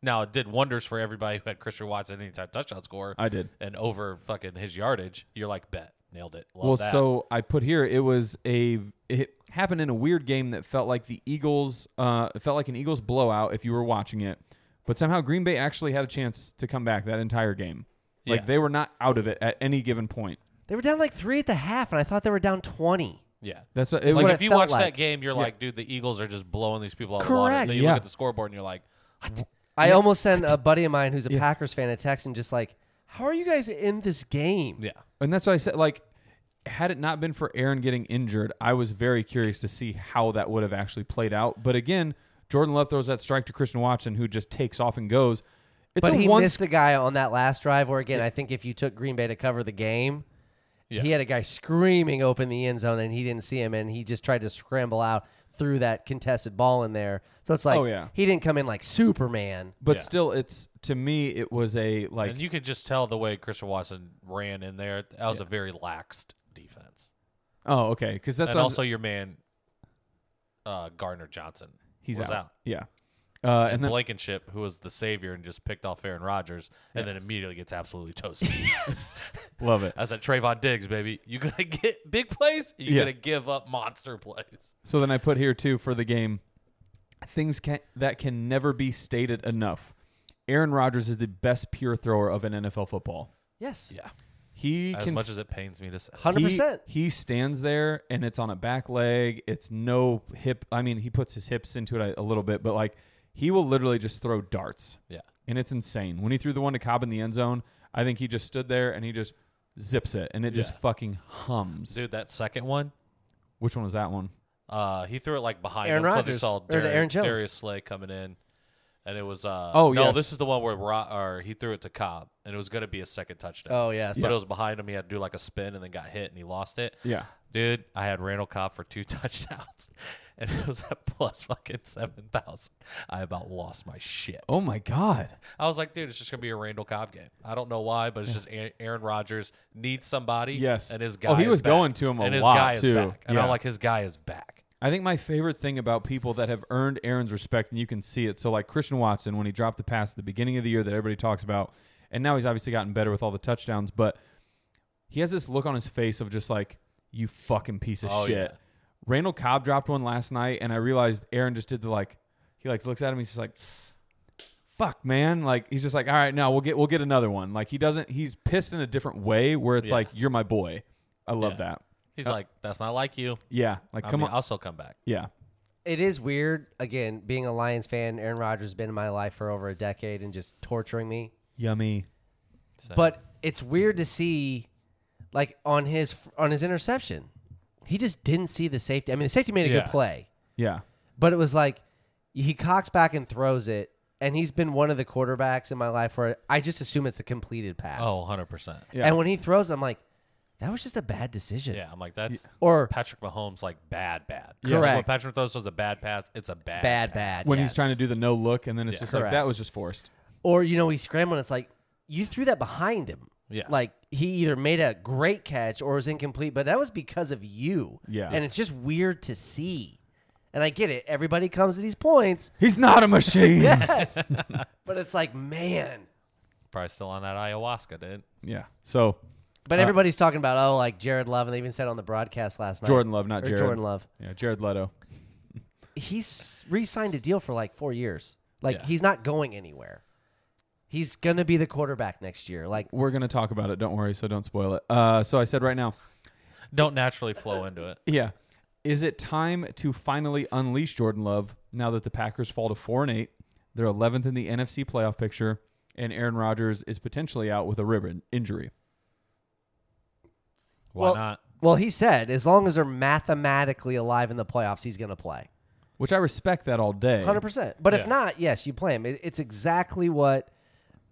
Speaker 3: Now, it did wonders for everybody who had Christian Watson anytime touchdown score
Speaker 2: I did.
Speaker 3: and over fucking his yardage. You're like, bet. Nailed it. Love
Speaker 2: well,
Speaker 3: that.
Speaker 2: so I put here it was a it happened in a weird game that felt like the Eagles uh it felt like an Eagles blowout if you were watching it, but somehow Green Bay actually had a chance to come back that entire game. Like
Speaker 3: Yeah.
Speaker 2: they were not out of it at any given point.
Speaker 1: They were down like 3 at the half and I thought they were down 20.
Speaker 3: yeah.
Speaker 2: That's what, it
Speaker 3: like
Speaker 2: was,
Speaker 1: what
Speaker 3: if
Speaker 1: it
Speaker 3: you
Speaker 1: felt
Speaker 3: watch
Speaker 1: like.
Speaker 3: that game, you're like, dude, the Eagles are just blowing these people out of the water.
Speaker 1: Correct.
Speaker 3: Then you
Speaker 2: Yeah.
Speaker 3: look at the scoreboard and you're like,
Speaker 1: I almost sent a buddy of mine who's a Packers fan a text and just like, "How are you guys in this game?"
Speaker 3: yeah.
Speaker 2: and that's what I said. Like had it not been for Aaron getting injured, I was very curious to see how that would have actually played out. But again, Jordan Love throws that strike to Christian Watson, who just takes off and goes. It's
Speaker 1: But
Speaker 2: a
Speaker 1: he
Speaker 2: one
Speaker 1: missed the guy on that last drive where, again, I think if you took Green Bay to cover the game,
Speaker 3: Yeah.
Speaker 1: he had a guy screaming open the end zone and he didn't see him and he just tried to scramble out through that contested ball in there. So it's like
Speaker 2: Oh, yeah.
Speaker 1: he didn't come in like Superman.
Speaker 2: But
Speaker 3: Yeah.
Speaker 2: still, it's to me, it was a like
Speaker 3: and you could just tell the way Christian Watson ran in there. That was a very laxed defense.
Speaker 2: oh okay because that's
Speaker 3: and
Speaker 2: what I'm-
Speaker 3: also your man, uh, Gardner Johnson.
Speaker 2: he's
Speaker 3: was out.
Speaker 2: Yeah, Uh, and then
Speaker 3: Blankenship, who was the savior and just picked off Aaron Rodgers, and then immediately gets absolutely toasted.
Speaker 2: love it.
Speaker 3: I said, Trayvon Diggs, baby, you gonna get big plays? You
Speaker 2: Yeah.
Speaker 3: gonna give up monster plays?
Speaker 2: So then I put here too for the game things can, that can never be stated enough. Aaron Rodgers is the best pure thrower of an NFL football.
Speaker 1: Yes.
Speaker 3: Yeah,
Speaker 2: He
Speaker 3: as
Speaker 2: can
Speaker 3: much as it pains me to say.
Speaker 1: Hundred
Speaker 2: he-
Speaker 1: percent.
Speaker 2: He, stands there and it's on a back leg. It's no hip. I mean, he puts his hips into it a, a little bit, but like he will literally just throw darts.
Speaker 3: Yeah,
Speaker 2: And it's insane. When he threw the one to Cobb in the end zone, I think he just stood there and he just zips it and it
Speaker 3: Yeah.
Speaker 2: just fucking hums.
Speaker 3: dude, that second one,
Speaker 2: Which one was that one?
Speaker 3: uh, he threw it like behind
Speaker 1: Aaron
Speaker 3: him 'cause he
Speaker 1: Rodgers,
Speaker 3: saw
Speaker 1: or to
Speaker 3: Dar-
Speaker 1: Aaron Jones.
Speaker 3: Darius Slay coming in, and it was. Uh,
Speaker 2: Oh,
Speaker 3: no,
Speaker 2: yes.
Speaker 3: this is the one where Ro- or he threw it to Cobb, and it was gonna be a second touchdown.
Speaker 1: Oh yes.
Speaker 3: But it was behind him. He had to do like a spin and then got hit and he lost it.
Speaker 2: Yeah.
Speaker 3: Dude, I had Randall Cobb for two touchdowns and it was at plus fucking 7,000. I about lost my shit.
Speaker 2: Oh my God.
Speaker 3: I was like, dude, it's just going to be a Randall Cobb game. I don't know why, but it's just A- Aaron Rodgers needs somebody.
Speaker 2: Yes.
Speaker 3: And his guy
Speaker 2: Oh, he
Speaker 3: is
Speaker 2: was
Speaker 3: back.
Speaker 2: going to him a
Speaker 3: And his
Speaker 2: lot,
Speaker 3: guy
Speaker 2: too.
Speaker 3: is back. And
Speaker 2: Yeah.
Speaker 3: I'm like, his guy is back.
Speaker 2: I think my favorite thing about people that have earned Aaron's respect, and you can see it. So, like Christian Watson, when he dropped the pass at the beginning of the year that everybody talks about, and now he's obviously gotten better with all the touchdowns, but he has this look on his face of just like, you fucking piece of
Speaker 3: Oh,
Speaker 2: shit.
Speaker 3: yeah.
Speaker 2: Randall Cobb dropped one last night, and I realized Aaron just did the like, he like looks at him, he's just like, fuck, man. Like, he's just like, all right, no, we'll get, we'll get another one. Like, he doesn't, he's pissed in a different way where it's
Speaker 3: Yeah.
Speaker 2: like, you're my boy. I love
Speaker 3: Yeah.
Speaker 2: that.
Speaker 3: He's like, that's not like you.
Speaker 2: Yeah. Like,
Speaker 3: I
Speaker 2: Uh, come
Speaker 3: mean,
Speaker 2: on.
Speaker 3: I'll still come back.
Speaker 2: yeah.
Speaker 1: It is weird. Again, being a Lions fan, Aaron Rodgers has been in my life for over a decade and just torturing me.
Speaker 2: Yummy.
Speaker 3: So-
Speaker 1: But it's weird to see, like on his on his interception, he just didn't see the safety. I mean, the safety made a
Speaker 3: Yeah.
Speaker 1: good play,
Speaker 2: Yeah.
Speaker 1: but it was like he cocks back and throws it. And he's been one of the quarterbacks in my life where I just assume it's a completed pass.
Speaker 3: oh, 100%. Yeah.
Speaker 2: Yeah.
Speaker 1: And when he throws, it, I'm like, that was just a bad decision.
Speaker 3: I'm like, that's
Speaker 1: Or
Speaker 3: Patrick Mahomes, like, bad, bad.
Speaker 1: Yeah.
Speaker 3: Like, When
Speaker 1: Correct.
Speaker 3: Patrick throws was a bad pass, it's a bad
Speaker 1: bad,
Speaker 3: pass.
Speaker 1: bad.
Speaker 2: when
Speaker 1: yes.
Speaker 2: he's trying to do the no look, and then it's
Speaker 3: Yeah.
Speaker 2: just like
Speaker 1: Correct.
Speaker 2: that was just forced.
Speaker 1: Or you know, he's scrambling. It's like you threw that behind him.
Speaker 3: Yeah.
Speaker 1: Like he either made a great catch or was incomplete, but that was because of you.
Speaker 2: Yeah.
Speaker 1: And it's just weird to see. And I get it. Everybody comes to these points.
Speaker 2: He's not a machine. yeah.
Speaker 1: Yes. but it's like, man.
Speaker 3: Probably still on that ayahuasca, dude.
Speaker 2: So
Speaker 1: But
Speaker 2: Uh,
Speaker 1: everybody's talking about oh, like Jared Love, and they even said on the broadcast last night.
Speaker 2: Jordan Love, not
Speaker 1: or
Speaker 2: Jared.
Speaker 1: Jordan Love.
Speaker 2: Yeah, Jared Leto.
Speaker 1: He's re-signed a deal for like four years. Like
Speaker 3: Yeah.
Speaker 1: he's not going anywhere. He's gonna be the quarterback next year. Like
Speaker 2: We're gonna talk about it. Don't worry. So don't spoil it. Uh, so I said right now.
Speaker 3: Don't naturally flow into it.
Speaker 2: Yeah. Is it time to finally unleash Jordan Love now that the Packers fall to four and eight? They're 11th in the NFC playoff picture, and Aaron Rodgers is potentially out with a rib injury.
Speaker 3: Why
Speaker 1: Well-
Speaker 3: not?
Speaker 1: Well, he said as long as they're mathematically alive in the playoffs, he's going to play.
Speaker 2: Which I respect that all day.
Speaker 1: 100%. But
Speaker 3: Yeah.
Speaker 1: if not, yes, you play him. It, it's exactly what,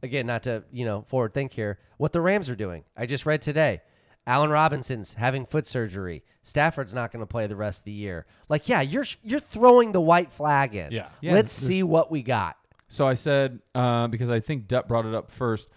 Speaker 1: again, not to, you know, forward think here, what the Rams are doing. I just read today Allen Robinson's having foot surgery. Stafford's not going to play the rest of the year. Like, yeah, you're you're throwing the white flag in.
Speaker 3: Yeah.
Speaker 2: Yeah,
Speaker 1: Let's
Speaker 2: there's-
Speaker 1: see what we got.
Speaker 2: So I said uh, because I think Depp brought it up first.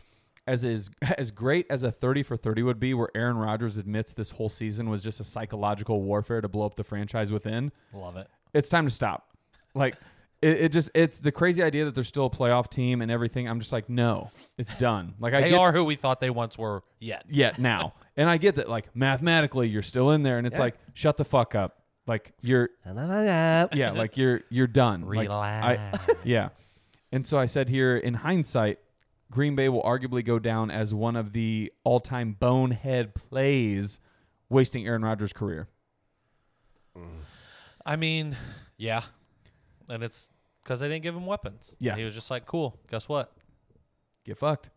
Speaker 2: As is as great as a thirty for thirty would be, where Aaron Rodgers admits this whole season was just a psychological warfare to blow up the franchise within.
Speaker 3: Love it.
Speaker 2: It's time to stop. Like it, it just it's the crazy idea that they're still a playoff team and everything. I'm just like, no, it's done. Like I
Speaker 3: They
Speaker 2: get
Speaker 3: are who we thought they once were yet.
Speaker 2: yet now, and I get that like mathematically you're still in there, and it's like shut the fuck up. Like you're
Speaker 1: Na, na, na, na.
Speaker 2: yeah, like you're you're done. Like,
Speaker 3: Relax.
Speaker 2: I, yeah. And so I said here, in hindsight, Green Bay will arguably go down as one of the all-time bonehead plays, wasting Aaron Rodgers' career.
Speaker 3: I mean, yeah. And it's because they didn't give him weapons.
Speaker 2: Yeah.
Speaker 3: He was just like, cool, guess what?
Speaker 2: Get fucked.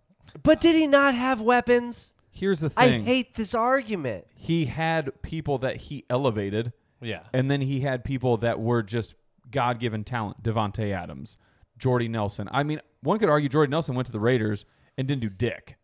Speaker 1: But did he not have weapons?
Speaker 2: Here's the
Speaker 1: I
Speaker 2: thing:
Speaker 1: hate this argument.
Speaker 2: he had people that he elevated,
Speaker 3: Yeah.
Speaker 2: and then he had people that were just God-given talent. Devonte Adams, Jordy Nelson. I mean, one could argue Jordy Nelson went to the Raiders and didn't do dick.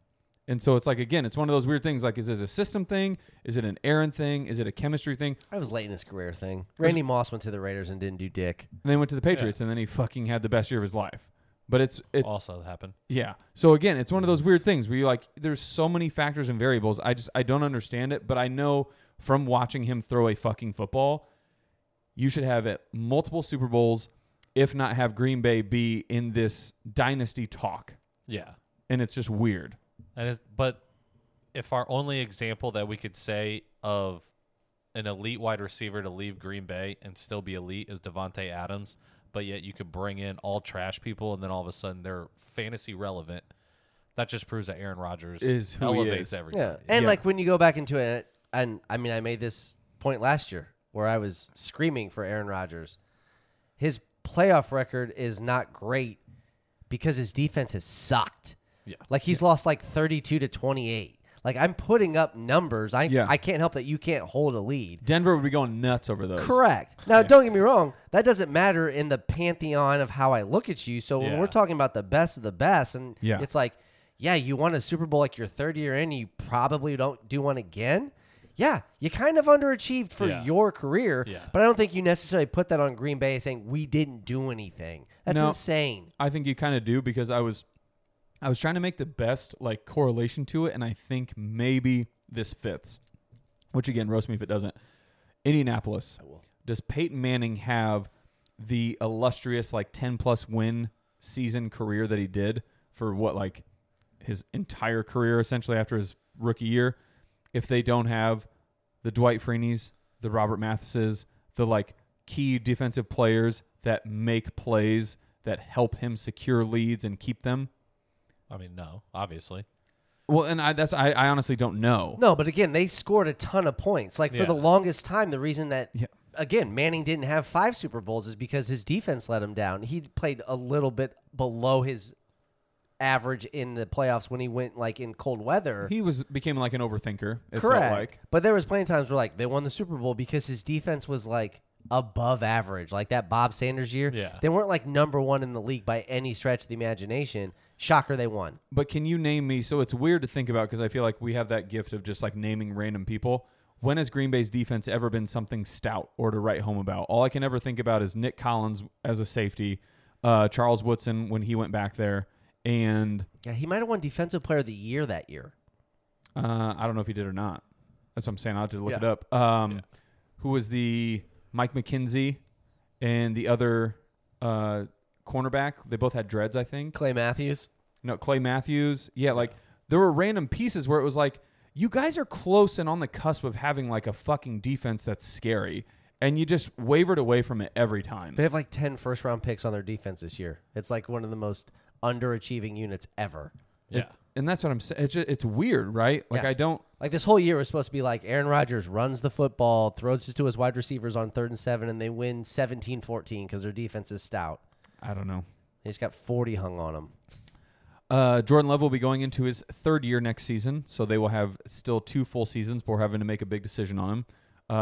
Speaker 2: And so it's like again, it's one of those weird things. Like, is it a system thing? Is it an Aaron thing? Is it a chemistry thing?
Speaker 1: That was late in his career thing. Randy Moss went to the Raiders and didn't do dick.
Speaker 2: And then went to the Patriots, and then he fucking had the best year of his life. But it's it,
Speaker 3: Also happened.
Speaker 2: yeah. So again, it's one of those weird things where you like, there's so many factors and variables. I just I don't understand it, but I know from watching him throw a fucking football, you should have it multiple Super Bowls, if not have Green Bay be in this dynasty talk.
Speaker 3: Yeah.
Speaker 2: And it's just weird.
Speaker 3: And it's, but if our only example that we could say of an elite wide receiver to leave Green Bay and still be elite is Devonte Adams, but yet you could bring in all trash people and then all of a sudden they're fantasy relevant. That just proves that Aaron Rodgers
Speaker 2: Is who he is.
Speaker 3: elevates everything.
Speaker 1: Yeah. And
Speaker 2: Yeah.
Speaker 1: like when you go back into it, and I mean, I made this point last year where I was screaming for Aaron Rodgers. His playoff record is not great because his defense has sucked.
Speaker 3: Yeah.
Speaker 1: Like he's lost like 32 to 28. Like I'm putting up numbers. I
Speaker 2: Yeah.
Speaker 1: I can't help that you can't hold a lead.
Speaker 2: Denver would be going nuts over those.
Speaker 1: Correct. Now, don't get me wrong. That doesn't matter in the pantheon of how I look at you. So when
Speaker 3: Yeah.
Speaker 1: we're talking about the best of the best, and
Speaker 2: Yeah.
Speaker 1: it's like, yeah, you won a Super Bowl like your third year in, you probably don't do one again. Yeah, you kind of underachieved for
Speaker 3: Yeah.
Speaker 1: your career,
Speaker 3: Yeah.
Speaker 1: but I don't think you necessarily put that on Green Bay saying we didn't do anything. That's
Speaker 2: No.
Speaker 1: insane.
Speaker 2: I think you kind of do because I was I was trying to make the best like correlation to it and I think maybe this fits. Which again, roast me if it doesn't. Indianapolis. Does Peyton Manning have the illustrious like 10 plus win season career that he did for what like his entire career essentially after his rookie year if they don't have the Dwight Freeneys, the Robert Matheses, the like key defensive players that make plays that help him secure leads and keep them.
Speaker 3: I mean, no, obviously.
Speaker 2: Well, and I that's I, I honestly don't know.
Speaker 1: No, but again, they scored a ton of points. Like for
Speaker 3: Yeah.
Speaker 1: the longest time, the reason that
Speaker 2: Yeah.
Speaker 1: again Manning didn't have five Super Bowls is because his defense let him down. He played a little bit below his average in the playoffs when he went like in cold weather.
Speaker 2: He was became like an overthinker. It
Speaker 1: Correct.
Speaker 2: felt like
Speaker 1: But there was plenty of times where like they won the Super Bowl because his defense was like above average. Like that Bob Sanders year.
Speaker 3: Yeah.
Speaker 1: They weren't like number one in the league by any stretch of the imagination. Shocker they won.
Speaker 2: But can you name me? So it's weird to think about because I feel like we have that gift of just like naming random people. When has Green Bay's defense ever been something stout or to write home about? All I can ever think about is Nick Collins as a safety, uh, Charles Woodson when he went back there, and
Speaker 1: Yeah, he might have won defensive player of the year that year.
Speaker 2: uh, I don't know if he did or not. That's what I'm saying. I'll have to look it up. Um, Who was the Mike McKenzie and the other uh, cornerback? They both had dreads, I think.
Speaker 1: Clay Matthews.
Speaker 2: No, Clay Matthews. Yeah, like there were random pieces where it was like, you guys are close and on the cusp of having like a fucking defense that's scary. And you just wavered away from it every time.
Speaker 1: They have like 10 first round picks on their defense this year. It's like one of the most underachieving units ever.
Speaker 3: Yeah.
Speaker 2: And that's what I'm saying. It's, ju- it's weird, right? Like,
Speaker 1: Yeah.
Speaker 2: I don't.
Speaker 1: Like this whole year was supposed to be like Aaron Rodgers runs the football, throws it to his wide receivers on third and seven, and they win 17 14 because their defense is stout.
Speaker 2: I don't know.
Speaker 1: They just got 40 hung on them.
Speaker 2: Uh, Jordan Love will be going into his third year next season, so they will have still two full seasons before having to make a big decision on him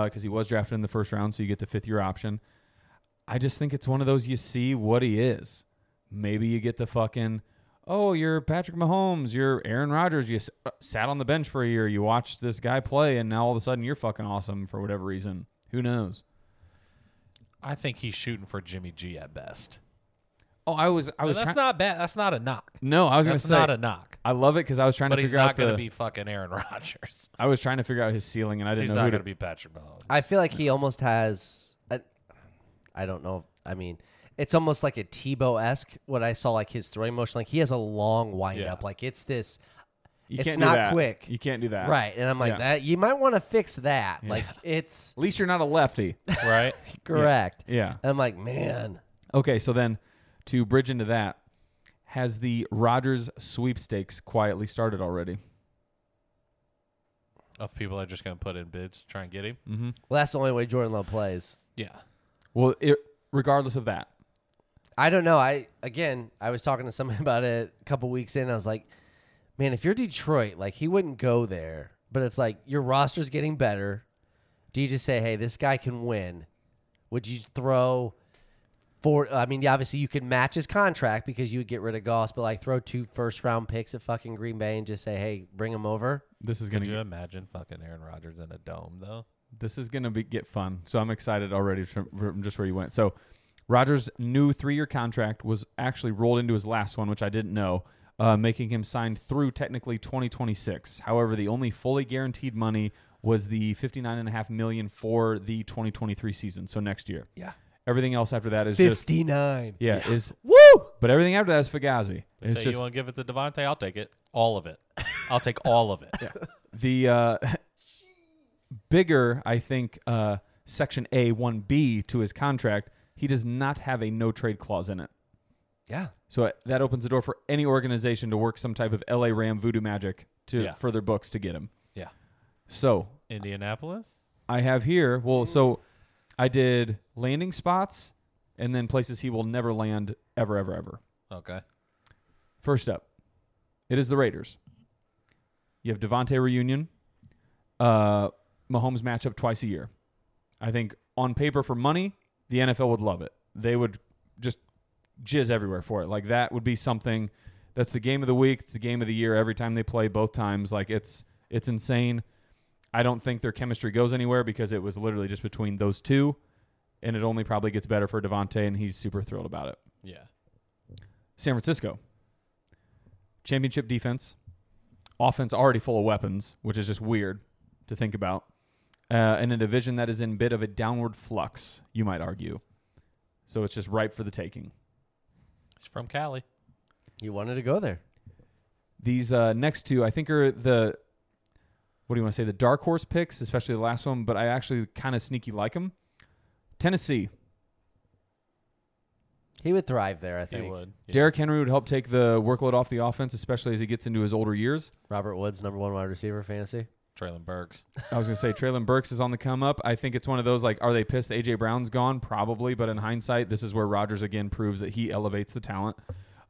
Speaker 2: because he was drafted in the first round, so you get the fifth year option. I just think it's one of those you see what he is. Maybe you get the fucking, oh, you're Patrick Mahomes, you're Aaron Rodgers, you s- uh, sat on the bench for a year, you watched this guy play, and now all of a sudden you're fucking awesome for whatever reason. Who knows?
Speaker 3: I think he's shooting for Jimmy G at best.
Speaker 2: Oh, I was, I
Speaker 3: And
Speaker 2: was.
Speaker 3: that's
Speaker 2: try-
Speaker 3: not bad. That's not a knock.
Speaker 2: no, I was gonna
Speaker 3: That's
Speaker 2: say.
Speaker 3: not a knock.
Speaker 2: I love it because I was trying
Speaker 3: But
Speaker 2: to
Speaker 3: he's
Speaker 2: figure
Speaker 3: not
Speaker 2: out the.
Speaker 3: going to be fucking Aaron Rodgers.
Speaker 2: I was trying to figure out his ceiling, and I didn't
Speaker 3: He's
Speaker 2: know
Speaker 3: not
Speaker 2: who
Speaker 3: going
Speaker 2: to
Speaker 3: to be Patrick Mahomes.
Speaker 1: I feel like he almost has, I I don't know. I mean, it's almost like a Tebow esque what I saw, like his throwing motion. Like he has a long wind
Speaker 3: Yeah.
Speaker 1: up. Like it's this,
Speaker 2: You
Speaker 1: It's
Speaker 2: can't
Speaker 1: not
Speaker 2: do that.
Speaker 1: quick.
Speaker 2: You can't do that.
Speaker 1: right. And I'm like,
Speaker 2: Yeah.
Speaker 1: that you might want to fix that. Like it's
Speaker 2: At least you're not a lefty.
Speaker 3: right?
Speaker 1: correct.
Speaker 2: yeah.
Speaker 1: And I'm like, man.
Speaker 2: Okay, so then to bridge into that, has the Rogers sweepstakes quietly started already?
Speaker 3: Of people that are just going to put in bids to try and get him.
Speaker 2: Mm.
Speaker 1: Well, that's the only way Jordan Love plays.
Speaker 3: Yeah.
Speaker 2: Well, it, regardless of that,
Speaker 1: I don't know. I again, I was talking to somebody about it a couple weeks in. I was like, man, if you're Detroit, like he wouldn't go there. But it's like your roster's getting better. Do you just say, hey, this guy can win? Would you throw four? I mean, obviously you could match his contract because you would get rid of Goss, but like throw two first round picks at fucking Green Bay and just say, hey, bring him over.
Speaker 2: this is gonna
Speaker 3: Could you
Speaker 2: get,
Speaker 3: imagine fucking Aaron Rodgers in a dome, though?
Speaker 2: this is gonna be, get fun. So I'm excited already from, from just where you went. So Rogers' new three-year contract was actually rolled into his last one, which I didn't know, uh, making him sign through technically 2026. However, the only fully guaranteed money was the 59.5 million for the 2023 season, so next year.
Speaker 1: Yeah.
Speaker 2: Everything else after that is just
Speaker 1: Fifty nine.
Speaker 2: yeah, is
Speaker 1: Woo!
Speaker 2: but everything after that is Fugazi. It's
Speaker 3: Say
Speaker 2: just
Speaker 3: you want to give it to Devontae? I'll take it. All of it. I'll take all of it.
Speaker 2: the uh, bigger, I think, uh, section A one B to his contract. He does not have a no trade clause in it.
Speaker 1: Yeah.
Speaker 2: So uh, that opens the door for any organization to work some type of LA Ram voodoo magic to
Speaker 3: Yeah.
Speaker 2: for their books to get him.
Speaker 3: Yeah.
Speaker 2: So
Speaker 3: Indianapolis?
Speaker 2: I have here. Well, so I did landing spots and then places he will never land ever, ever, ever.
Speaker 3: Okay.
Speaker 2: First up, it is the Raiders. You have Devontae reunion, uh, Mahomes matchup twice a year. I think on paper for money, the NFL would love it. They would just jizz everywhere for it. Like that would be something. That's the game of the week. It's the game of the year. Every time they play, both times, like it's it's insane. I don't think their chemistry goes anywhere because it was literally just between those two, and it only probably gets better for Devontae, and he's super thrilled about it.
Speaker 3: Yeah.
Speaker 2: San Francisco. Championship defense. Offense already full of weapons, which is just weird to think about. Uh, in a division that is in bit of a downward flux, you might argue. So it's just ripe for the taking.
Speaker 3: He's from Cali.
Speaker 1: You wanted to go there.
Speaker 2: These uh, next two, I think, are the what do you want to say? The dark horse picks, especially the last one. But I actually kind of sneaky like them. Tennessee,
Speaker 1: He would thrive there, I think.
Speaker 3: He would. Yeah.
Speaker 2: Derrick Henry would help take the workload off the offense, especially as he gets into his older years.
Speaker 1: Robert Woods, number one wide receiver fantasy.
Speaker 3: Traylon Burks.
Speaker 2: I was gonna say Traylon Burks is on the come up. I think it's one of those like, are they pissed that AJ Brown's gone? Probably, but in hindsight, this is where Rodgers again proves that he elevates the talent.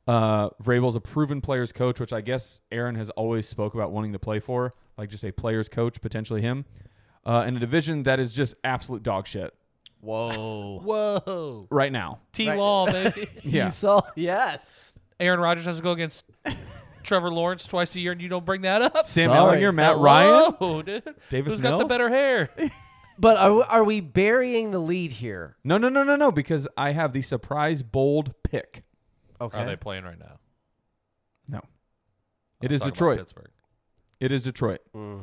Speaker 2: Uh, Vrabel's a proven players coach, which I guess Aaron has always spoke about wanting to play for, like just a players coach, potentially him, uh, in a division that is just absolute dog shit
Speaker 3: Whoa. Whoa.
Speaker 2: right now.
Speaker 3: T Law, baby.
Speaker 2: Yeah,
Speaker 1: Esau, yes.
Speaker 3: Aaron Rodgers has to go against Trevor Lawrence twice a year, and you don't bring that up.
Speaker 2: Sam
Speaker 1: Sorry.
Speaker 2: Ellinger, Matt Ryan,
Speaker 3: Whoa, dude.
Speaker 2: Davis
Speaker 3: Who's got the
Speaker 2: Mills?
Speaker 3: better hair?
Speaker 1: But are, are we burying the lead here?
Speaker 2: No, no, no, no, no, because I have the surprise bold pick.
Speaker 1: Okay.
Speaker 3: Are they playing right now?
Speaker 2: No, it
Speaker 3: I'm
Speaker 2: is
Speaker 3: talking about
Speaker 2: Detroit.
Speaker 3: Pittsburgh.
Speaker 2: It is Detroit.
Speaker 1: Mm.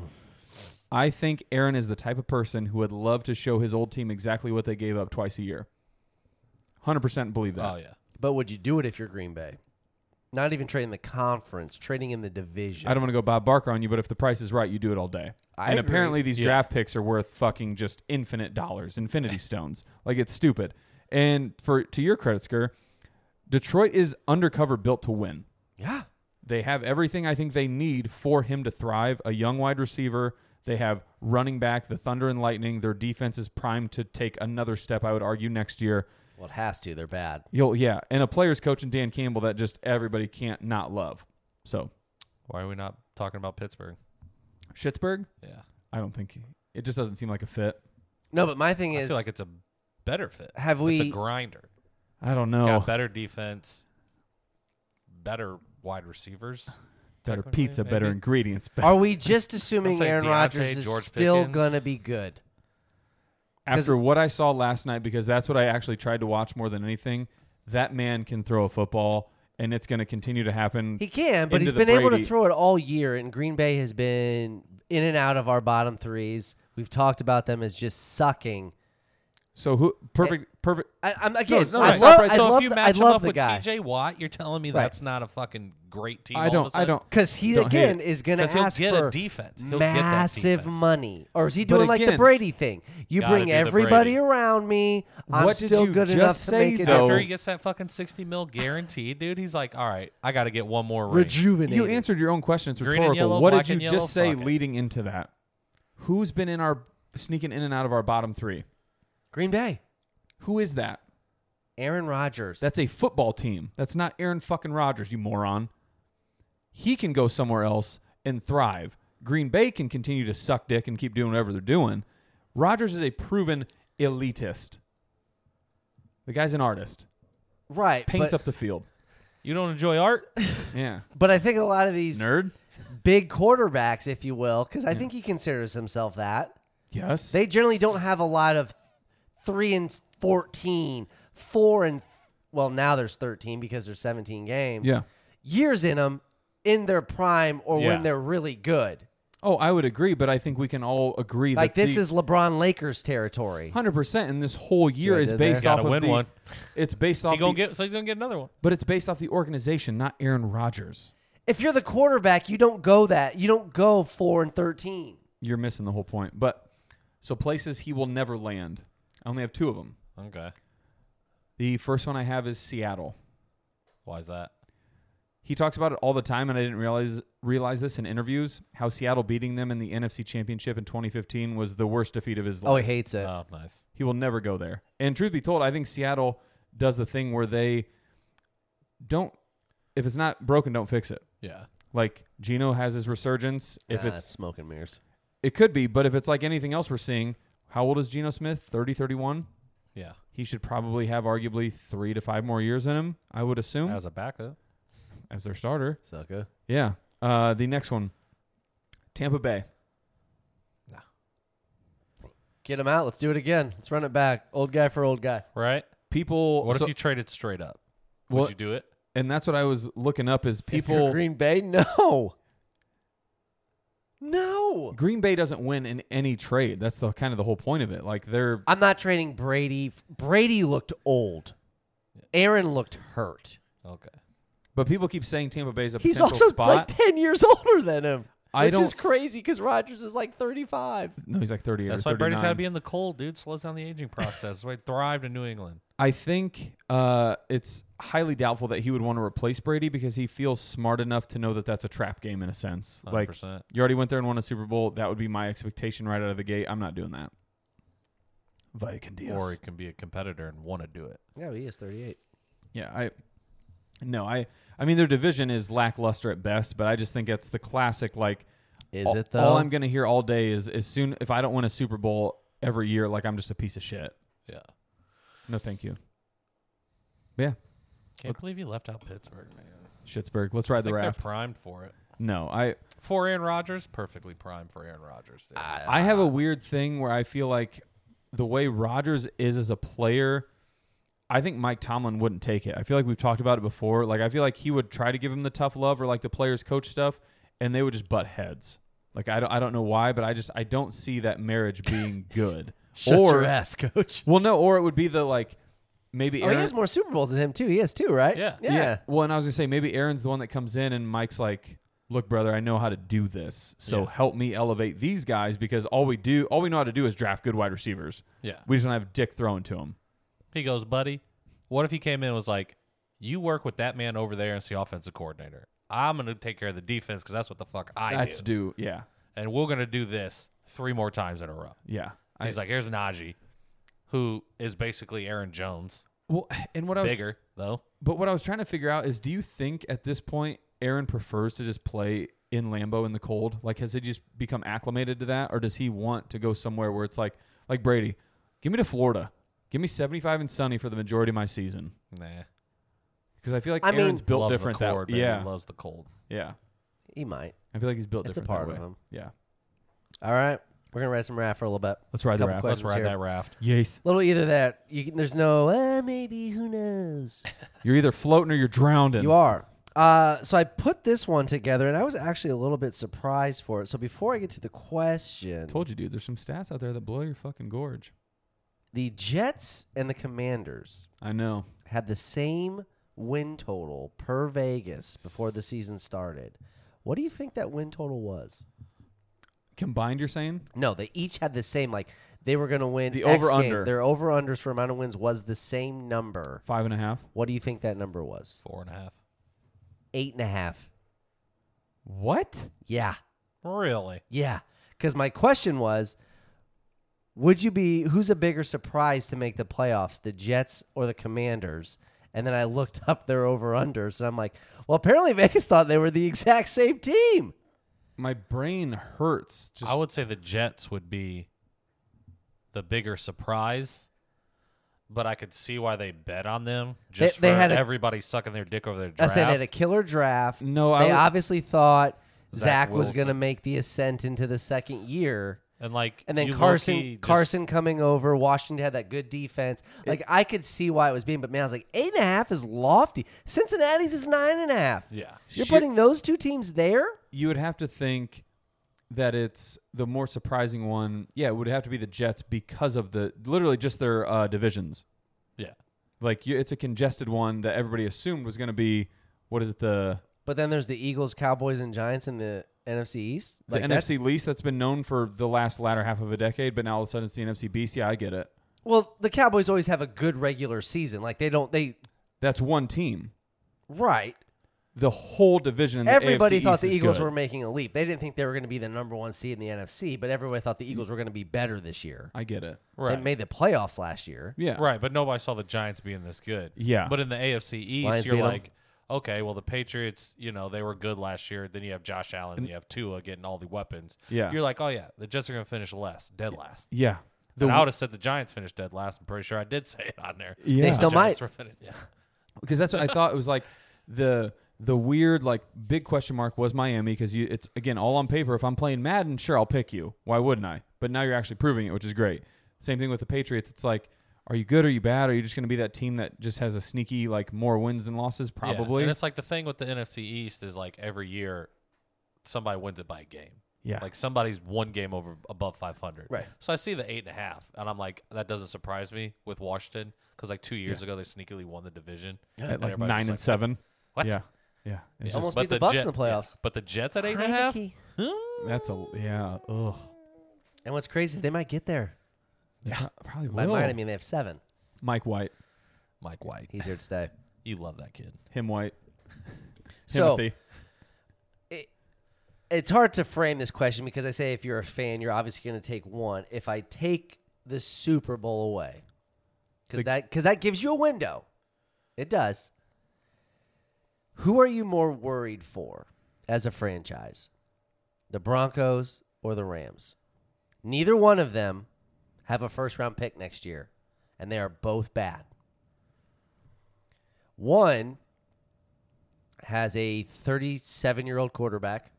Speaker 2: I think Aaron is the type of person who would love to show his old team exactly what they gave up twice a year. 100% believe that.
Speaker 3: Oh, yeah.
Speaker 1: But would you do it if you're Green Bay? Not even trading the conference, trading in the division.
Speaker 2: I don't want to go Bob Barker on you, but if the price is right, you do it all day.
Speaker 1: I
Speaker 2: and
Speaker 1: agree.
Speaker 2: apparently, these
Speaker 3: Yeah.
Speaker 2: draft picks are worth fucking just infinite dollars, infinity stones. Like it's stupid. And for to your credit, Skur, Detroit is undercover built to win.
Speaker 1: Yeah.
Speaker 2: They have everything I think they need for him to thrive. A young wide receiver. They have running back, the Thunder and Lightning. Their defense is primed to take another step, I would argue, next year.
Speaker 1: Well, it has to. They're bad.
Speaker 2: You'll, yeah, and a player's coach and Dan Campbell that just everybody can't not love. So,
Speaker 3: Why are we not talking about Pittsburgh?
Speaker 2: Schittsburg,
Speaker 3: Yeah.
Speaker 2: I don't think it just doesn't seem like a fit.
Speaker 1: No, but my thing
Speaker 3: I
Speaker 1: is,
Speaker 3: feel like it's a better fit.
Speaker 1: have
Speaker 3: It's a
Speaker 1: we?
Speaker 3: grinder.
Speaker 2: I don't
Speaker 3: It's
Speaker 2: know.
Speaker 3: Got better defense, better wide receivers.
Speaker 2: Better
Speaker 3: technically,
Speaker 2: pizza,
Speaker 3: maybe.
Speaker 2: better ingredients. Better.
Speaker 1: Are we just assuming
Speaker 3: say
Speaker 1: Aaron
Speaker 3: Deontay,
Speaker 1: Rodgers is
Speaker 3: George
Speaker 1: still
Speaker 3: Pickens.
Speaker 1: gonna be good?
Speaker 2: After what I saw last night, because that's what I actually tried to watch more than anything. That man can throw a football, and it's going to continue to happen.
Speaker 1: He can, but
Speaker 2: Into
Speaker 1: he's
Speaker 2: the
Speaker 1: been able to
Speaker 2: Brady.
Speaker 1: throw it all year, and Green Bay has been in and out of our bottom threes. We've talked about them as just sucking.
Speaker 2: so who? Perfect, perfect.
Speaker 1: I, I'm again.
Speaker 2: no,
Speaker 1: I
Speaker 2: it's
Speaker 1: love,
Speaker 2: not right.
Speaker 1: I
Speaker 3: so
Speaker 1: love,
Speaker 3: if you
Speaker 1: the,
Speaker 3: match
Speaker 1: I
Speaker 3: him
Speaker 1: love
Speaker 3: up
Speaker 1: the
Speaker 3: with
Speaker 1: guy
Speaker 3: T.J. Watt, you're telling me
Speaker 1: Right.
Speaker 3: that's not a fucking great team.
Speaker 2: I don't. I don't.
Speaker 1: because he
Speaker 2: Don't hate
Speaker 1: again
Speaker 2: it.
Speaker 1: is going to
Speaker 3: Because he'll
Speaker 1: ask
Speaker 3: get
Speaker 1: for
Speaker 3: a defense. He'll get that
Speaker 1: massive
Speaker 3: defense.
Speaker 1: money, or is he
Speaker 2: But
Speaker 1: doing like the
Speaker 2: again-
Speaker 1: Brady thing? You
Speaker 3: Gotta do
Speaker 1: bring
Speaker 3: the
Speaker 1: everybody
Speaker 3: Brady.
Speaker 1: around me. I'm
Speaker 2: What did
Speaker 1: still
Speaker 2: you
Speaker 1: good
Speaker 2: just
Speaker 1: enough
Speaker 2: say,
Speaker 1: to make it.
Speaker 2: though?
Speaker 1: out."
Speaker 3: After he gets that fucking sixty mil guaranteed, dude, he's like, all right, I got to get one more ring.
Speaker 1: Rejuvenated.
Speaker 2: You answered your own question. It's
Speaker 3: Green and
Speaker 2: rhetorical.
Speaker 3: yellow,
Speaker 2: what
Speaker 3: black
Speaker 2: did you
Speaker 3: and yellow,
Speaker 2: just say
Speaker 3: fuck it.
Speaker 2: leading into that? Who's been in our sneaking in and out of our bottom three?
Speaker 1: Green Bay.
Speaker 2: Who is that?
Speaker 1: Aaron Rodgers.
Speaker 2: That's a football team. That's not Aaron fucking Rodgers, you moron. He can go somewhere else and thrive. Green Bay can continue to suck dick and keep doing whatever they're doing. Rodgers is a proven elitist. The guy's an artist.
Speaker 1: right.
Speaker 2: Paints
Speaker 1: But,
Speaker 2: up the field.
Speaker 3: You don't enjoy art?
Speaker 2: Yeah.
Speaker 1: but I think a lot of these
Speaker 2: Nerd?
Speaker 1: big quarterbacks, if you will, because I think he considers himself that.
Speaker 2: Yes.
Speaker 1: They generally don't have a lot of three and fourteen, four and well now there's thirteen because there's seventeen games.
Speaker 2: Yeah.
Speaker 1: years in them in their prime or
Speaker 2: Yeah.
Speaker 1: when they're really good.
Speaker 2: Oh, I would agree, but I think we can all agree
Speaker 1: Like
Speaker 2: that
Speaker 1: this is LeBron Lakers territory.
Speaker 2: hundred percent, and this whole year
Speaker 1: what I
Speaker 2: is
Speaker 1: did there?
Speaker 2: based
Speaker 3: Gotta
Speaker 2: off of
Speaker 3: win
Speaker 2: the.
Speaker 3: one.
Speaker 2: It's based off.
Speaker 3: He gonna
Speaker 2: the-
Speaker 3: get so he's gonna get another one.
Speaker 2: but it's based off the organization, not Aaron Rodgers.
Speaker 1: If you're the quarterback, you don't go that. You don't go four and thirteen.
Speaker 2: You're missing the whole point. But so places he will never land. I only have two of them.
Speaker 3: Okay.
Speaker 2: The first one I have is Seattle.
Speaker 3: Why is that?
Speaker 2: He talks about it all the time, and I didn't realize realize this in interviews. How Seattle beating them in the NFC Championship in 2015 was the worst defeat of his life.
Speaker 1: Oh, he hates it.
Speaker 3: Oh, nice.
Speaker 2: He will never go there. And truth be told, I think Seattle does the thing where they don't. If it's not broken, don't fix it.
Speaker 3: Yeah.
Speaker 2: Like Gino has his resurgence. If
Speaker 1: Nah,
Speaker 2: it's
Speaker 1: smoke and mirrors,
Speaker 2: It could be, but if it's like anything else we're seeing, how old is Geno Smith? 30, 31?
Speaker 3: Yeah.
Speaker 2: He should probably have arguably three to five more years in him, I would
Speaker 1: Hmm?
Speaker 2: assume, as,
Speaker 3: As a backup.
Speaker 2: their starter.
Speaker 1: sucker.
Speaker 2: Yeah. Uh, the next one Tampa Bay.
Speaker 1: Get him out. Let's do it again. Let's run it back. Old guy for old guy.
Speaker 3: Right?
Speaker 2: People.
Speaker 3: What
Speaker 2: so-
Speaker 3: if you traded straight up? Would
Speaker 2: well,
Speaker 3: you do it?
Speaker 2: and that's what I was looking up is
Speaker 1: If you're
Speaker 2: people.
Speaker 1: Green
Speaker 2: Green-,
Speaker 1: Bay, no, no.
Speaker 2: Bay doesn't win in any trade. That's the kind of the whole point of it. Like they're.
Speaker 1: I'm not trading Brady. Brady looked old. Aaron looked hurt.
Speaker 3: Okay.
Speaker 2: But people keep saying Tampa Bay's a
Speaker 1: He's
Speaker 2: potential
Speaker 1: also
Speaker 2: spot.
Speaker 1: like ten years older than him,
Speaker 2: I
Speaker 1: which is
Speaker 2: don't-
Speaker 1: crazy because Rogers is like thirty-five.
Speaker 2: no, he's like 38
Speaker 3: That's
Speaker 2: or
Speaker 3: why Brady's got to
Speaker 2: 39.
Speaker 3: be in the cold, dude. Slows down the aging process. That's why he thrived in New England.
Speaker 2: I think uh, it's highly doubtful that he would want to replace Brady because he feels smart enough to know that that's a trap game in a sense. Like
Speaker 3: 100%.
Speaker 2: you already went there and won a Super Bowl. That would be my expectation right out of the gate. I'm not doing that. Vacandias.
Speaker 3: Or he can be a competitor and want to do it.
Speaker 1: Yeah, he is thirty-eight.
Speaker 2: Yeah, I no, I I mean their division is lackluster at best, but I just think it's the classic like
Speaker 1: Is
Speaker 2: all,
Speaker 1: it though?
Speaker 2: all I'm gonna hear all day is as soon if I don't win a Super Bowl every year, like I'm just a piece of shit.
Speaker 3: Yeah.
Speaker 2: No thank you. Yeah.
Speaker 3: Can't believe he left out Pittsburgh, man.
Speaker 2: Schittsburg. Let's ride
Speaker 3: I
Speaker 2: the
Speaker 3: think they're
Speaker 2: raft.
Speaker 3: primed for it.
Speaker 2: No, I
Speaker 3: For Aaron Rodgers, perfectly primed for Aaron Rodgers. Dude.
Speaker 2: I
Speaker 1: uh,
Speaker 2: have a weird thing where I feel like the way Rodgers is as a player, I think Mike Tomlin wouldn't take it. I feel like we've talked about it before. Like I feel like he would try to give him the tough love or like the players coach stuff, and they would just butt heads. Like I don't, I don't know why, but I just I don't see that marriage being good.
Speaker 1: Shut
Speaker 2: or
Speaker 1: your ass, coach.
Speaker 2: well, no, or it would be the like maybe
Speaker 1: Oh,
Speaker 2: Aaron,
Speaker 1: he has more Super Bowls than him too. He has two, right?
Speaker 3: Yeah.
Speaker 1: yeah.
Speaker 2: Well, and I was gonna say maybe Aaron's the one that comes in and Mike's like, "Look, brother, I know how to do this. So
Speaker 3: Yeah.
Speaker 2: help me elevate these guys because all we do, all we know how to do is draft good wide receivers.
Speaker 3: yeah.
Speaker 2: We just don't have dick thrown to them.
Speaker 3: He goes, buddy, what if he came in and was like, you work with that man over there as the offensive coordinator. I'm going to take care of the defense because that's what the fuck I
Speaker 2: That's
Speaker 3: do.
Speaker 2: do, yeah,
Speaker 3: And we're going to do this three more times in a row.
Speaker 2: yeah. I-
Speaker 3: He's like, here's Najee, who is basically Aaron Jones.
Speaker 2: well, and what I was,
Speaker 3: Bigger, though.
Speaker 2: but what I was trying to figure out is, do you think at this point Aaron prefers to just play in Lambeau in the cold? Like, has he just become acclimated to that, or does he want to go somewhere where it's like, like Brady, give me to Florida, give me seventy-five and sunny for the majority of my season?
Speaker 3: Nah.
Speaker 2: Because I feel like
Speaker 1: I mean-
Speaker 2: Aaron's built
Speaker 3: Loves
Speaker 2: different
Speaker 3: the cold,
Speaker 2: that yeah.
Speaker 3: Loves the cold.
Speaker 2: Yeah.
Speaker 1: He might.
Speaker 2: I feel like he's built
Speaker 1: It's a part
Speaker 2: different that
Speaker 1: of
Speaker 2: way.
Speaker 1: him.
Speaker 2: Yeah.
Speaker 1: All right, we're gonna ride some raft for a little bit.
Speaker 2: Let's ride the
Speaker 1: Couple
Speaker 2: raft.
Speaker 1: questions
Speaker 3: Let's ride
Speaker 1: here.
Speaker 3: that raft.
Speaker 2: Yes.
Speaker 1: Little either that. You can, there's no uh, maybe. Who knows?
Speaker 2: You're either floating or you're drowning.
Speaker 1: You are. Uh, so I put this one together, and I was actually a little bit surprised for it. So before I get to the question,
Speaker 2: Told you, dude. There's some stats out there that blow your fucking gorge.
Speaker 1: the Jets and the Commanders
Speaker 2: I know.
Speaker 1: had the same win total per Vegas before the season started. What do you think that win total was?
Speaker 2: Combined, you're saying?
Speaker 1: No, they each had the same. Like they were going to win.
Speaker 2: The
Speaker 1: X
Speaker 2: over-under.
Speaker 1: game. Their over unders for amount of wins was the same number.
Speaker 2: Five and a half.
Speaker 1: What do you think that number was?
Speaker 3: Four and a half.
Speaker 1: Eight and a half.
Speaker 2: What?
Speaker 1: Yeah,
Speaker 3: Really?
Speaker 1: yeah. Because my question was, would you be who's a bigger surprise to make the playoffs, the Jets or the Commanders? And then I looked up their over unders, and I'm like, well, apparently Vegas thought they were the exact same team.
Speaker 2: My brain hurts. Just
Speaker 3: I would say the Jets would be the bigger surprise, but I could see why they bet on them just
Speaker 1: they
Speaker 3: for
Speaker 1: had a-
Speaker 3: everybody sucking their dick over their
Speaker 1: I
Speaker 3: draft.
Speaker 1: said they had a killer draft.
Speaker 2: No, I
Speaker 1: they
Speaker 2: would-
Speaker 1: obviously thought
Speaker 3: Zach
Speaker 1: Zach, was going to
Speaker 3: Wilson.
Speaker 1: make the ascent into the second year.
Speaker 3: and like,
Speaker 1: And then
Speaker 3: you low-key
Speaker 1: Carson
Speaker 3: just-
Speaker 1: Carson coming over. Washington had that good defense. Like I could see why it was being, but man, I was like eight and a half is lofty. Cincinnati's is nine and a half.
Speaker 3: yeah,
Speaker 1: You're
Speaker 2: Sure.
Speaker 1: putting those two teams there.
Speaker 2: you would have to think that it's the more surprising one. Yeah, it would have to be the Jets because of the literally just their uh, divisions.
Speaker 3: Yeah.
Speaker 2: Like you, it's a congested one that everybody assumed was going to be what is it the
Speaker 1: But then there's the Eagles, Cowboys, and Giants in the NFC East.
Speaker 2: the
Speaker 1: that's-
Speaker 2: NFC least that's been known for the last latter half of a decade, but now all of a sudden it's the NFC Beast. Yeah, I get it.
Speaker 1: Well, the Cowboys always have a good regular season. Like they don't they
Speaker 2: That's one team.
Speaker 1: right.
Speaker 2: The whole division. In the
Speaker 1: Everybody
Speaker 2: AFC
Speaker 1: thought
Speaker 2: East
Speaker 1: the
Speaker 2: is
Speaker 1: Eagles
Speaker 2: good.
Speaker 1: were making a leap. They didn't think they were going to be the number one seed in the NFC, but everybody thought the Eagles were going to be better this year.
Speaker 2: I get it.
Speaker 1: They
Speaker 3: Right.
Speaker 1: made the playoffs last year.
Speaker 2: Yeah.
Speaker 3: Right, but nobody saw the Giants being this good.
Speaker 2: Yeah.
Speaker 3: But in the AFC East,
Speaker 1: Lions
Speaker 3: you're
Speaker 1: beat 'em.
Speaker 3: like, okay, well the Patriots, you know, they were good last year. Then you have Josh Allen, you have Tua getting all the weapons.
Speaker 2: Yeah.
Speaker 3: You're like, oh yeah, the Jets are gonna finish last, dead last.
Speaker 2: Yeah. The,
Speaker 3: and I would have said the Giants finished dead last. I'm pretty sure I did say it on there.
Speaker 2: yeah.
Speaker 1: They still might.
Speaker 3: Giants were finished- yeah.
Speaker 2: because that's what I thought. It was like the the weird like big question mark was Miami because you it's again all on paper. If I'm playing Madden, sure I'll pick you. Why wouldn't I? But now you're actually proving it, which is great. Same thing with the Patriots. It's like, are you good? Are you bad? Are you just going to be that team that just has a sneaky like more wins than losses?
Speaker 3: Yeah,
Speaker 2: Probably.
Speaker 3: And
Speaker 2: Yeah.
Speaker 3: it's like the thing with the NFC East is like every year somebody wins it by a game. Like somebody's one game over above 500.
Speaker 1: Right.
Speaker 3: So I see the eight and a half, and I'm like, that doesn't surprise me with Washington because like two years ago they sneakily won the division.
Speaker 2: at like nine
Speaker 3: everybody's just
Speaker 2: and
Speaker 3: like,
Speaker 2: seven.
Speaker 3: What?
Speaker 2: Yeah. Yeah. It's
Speaker 1: Yeah.
Speaker 2: just-
Speaker 1: Almost beat the Bucks in the playoffs.
Speaker 3: yeah. But the Jets at eight and a half.
Speaker 1: Heineke.
Speaker 2: that's a yeah. Ugh.
Speaker 1: And what's crazy is they might get there.
Speaker 2: Yeah. probably
Speaker 1: By
Speaker 2: will.
Speaker 1: mine, I mean they have seven.
Speaker 2: Mike White,
Speaker 3: Mike White,
Speaker 1: He's here to stay.
Speaker 3: you love that kid.
Speaker 2: him White,
Speaker 1: So
Speaker 2: Timothy.
Speaker 1: it's hard to frame this question because I say if you're a fan, you're obviously going to take one. If I take the Super Bowl away, because
Speaker 2: The-
Speaker 1: that because that gives you a window, it does. Who are you more worried for as a franchise, the Broncos or the Rams? Neither one of them have a first round pick next year, and they are both bad. One has a 37 year old quarterback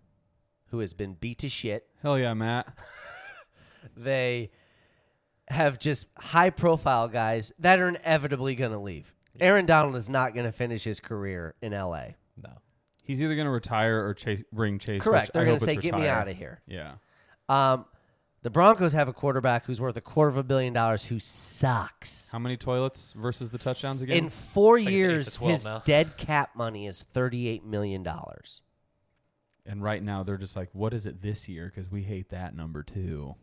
Speaker 1: who has been beat to shit.
Speaker 2: Hell yeah, Matt.
Speaker 1: They have just high profile guys that are inevitably going to leave. Aaron Donald is not going to finish his career in LA.
Speaker 3: No,
Speaker 2: He's either going to retire or chase ring chase. which
Speaker 1: Correct. They're
Speaker 2: I
Speaker 1: going
Speaker 2: hope
Speaker 1: to
Speaker 2: it's
Speaker 1: say, get me
Speaker 2: retire."
Speaker 1: out of here.
Speaker 2: Yeah.
Speaker 1: Um, the Broncos have a quarterback who's worth a quarter of a billion dollars who sucks.
Speaker 2: How many toilets versus the touchdowns again?
Speaker 1: In four
Speaker 3: it's eight to
Speaker 1: years,
Speaker 3: 12
Speaker 1: his
Speaker 3: now.
Speaker 1: dead cap money is $38 million.
Speaker 2: and right now they're just like, what is it this year? Because we hate that number too.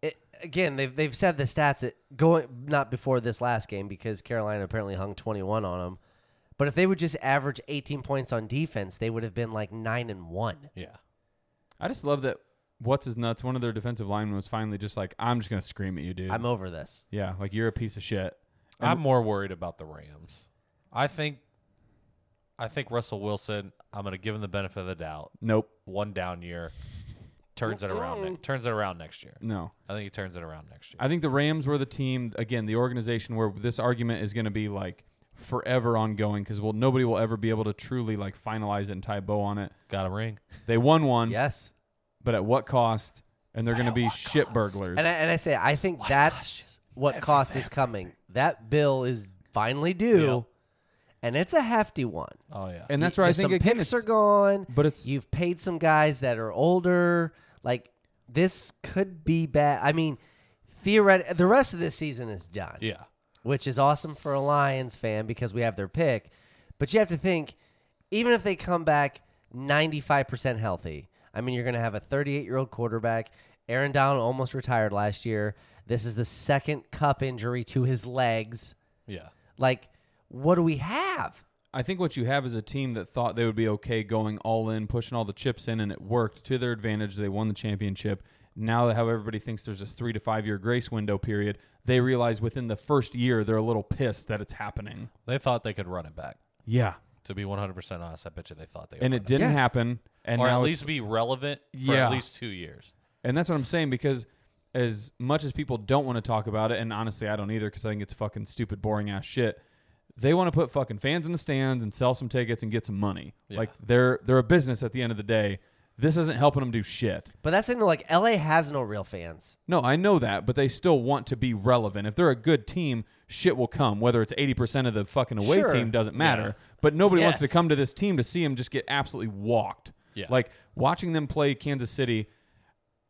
Speaker 1: it, again, they've they've said the stats at going not before this last game because Carolina apparently hung 21 on them. But if they would just average 18 points on defense, they would have been like 9 and 1.
Speaker 3: yeah,
Speaker 2: I just love that. What's his nuts? One of their defensive linemen was finally just like, I'm just going to scream at you, dude.
Speaker 1: I'm over this.
Speaker 2: yeah, like you're a piece of shit. And-
Speaker 3: I'm more worried about the Rams. I think, I think Russell Wilson. I'm going to give him the benefit of the doubt.
Speaker 2: Nope.
Speaker 3: One down year, turns it around. Ne- turns it around next year.
Speaker 2: No.
Speaker 3: I think he turns it around next year.
Speaker 2: I think the Rams were the team again, the organization where this argument is going to be like forever ongoing because well, nobody will ever be able to truly like finalize it and tie a bow on it.
Speaker 3: Got a ring.
Speaker 2: They won one,
Speaker 1: Yes.
Speaker 2: but at what cost? And they're going to be shit burglars.
Speaker 1: And I, and I say I think that's what cost is coming. That bill is finally due. And it's a hefty one.
Speaker 3: Oh yeah.
Speaker 2: and that's
Speaker 1: You-
Speaker 2: where I
Speaker 1: if
Speaker 2: think
Speaker 1: some
Speaker 2: again,
Speaker 1: picks
Speaker 2: it's-
Speaker 1: are gone.
Speaker 2: but it's
Speaker 1: You've paid some guys that are older. Like this could be bad. I mean, theoretically, the rest of this season is done,
Speaker 3: yeah.
Speaker 1: which is awesome for a Lions fan because we have their pick. But you have to think, even if they come back 95% healthy, I mean, you're going to have a 38 year old quarterback. Aaron Donald almost retired last year. This is the second cup injury to his legs.
Speaker 3: Yeah.
Speaker 1: Like, what do we have?
Speaker 2: I think what you have is a team that thought they would be okay going all in, pushing all the chips in, and it worked to their advantage. They won the championship. Now, how everybody thinks there's this three to five year grace window period, they realize within the first year they're a little pissed that it's happening.
Speaker 3: They thought they could run it back.
Speaker 2: Yeah,
Speaker 3: To be 100% honest, I bet you they thought they
Speaker 2: and
Speaker 3: would
Speaker 2: it didn't
Speaker 1: Yeah.
Speaker 2: happen. And
Speaker 3: or
Speaker 2: now
Speaker 3: at
Speaker 2: it's-
Speaker 3: least be relevant for
Speaker 2: Yeah.
Speaker 3: at least two years.
Speaker 2: And that's what I'm saying because as much as people don't want to talk about it, and honestly, I don't either because I think it's fucking stupid, boring ass shit. They want to put fucking fans in the stands and sell some tickets and get some money.
Speaker 3: Yeah.
Speaker 2: Like they're they're a business at the end of the day. This isn't helping them do shit.
Speaker 1: But that's the thing, though, like, LA has no real fans.
Speaker 2: No, I know that, but they still want to be relevant. If they're a good team, shit will come. Whether it's 80% of the fucking away
Speaker 1: Sure.
Speaker 2: team doesn't matter. But nobody wants to
Speaker 1: Yes.
Speaker 2: come to this team to see them just get absolutely walked.
Speaker 3: Yeah.
Speaker 2: Like watching them play Kansas City,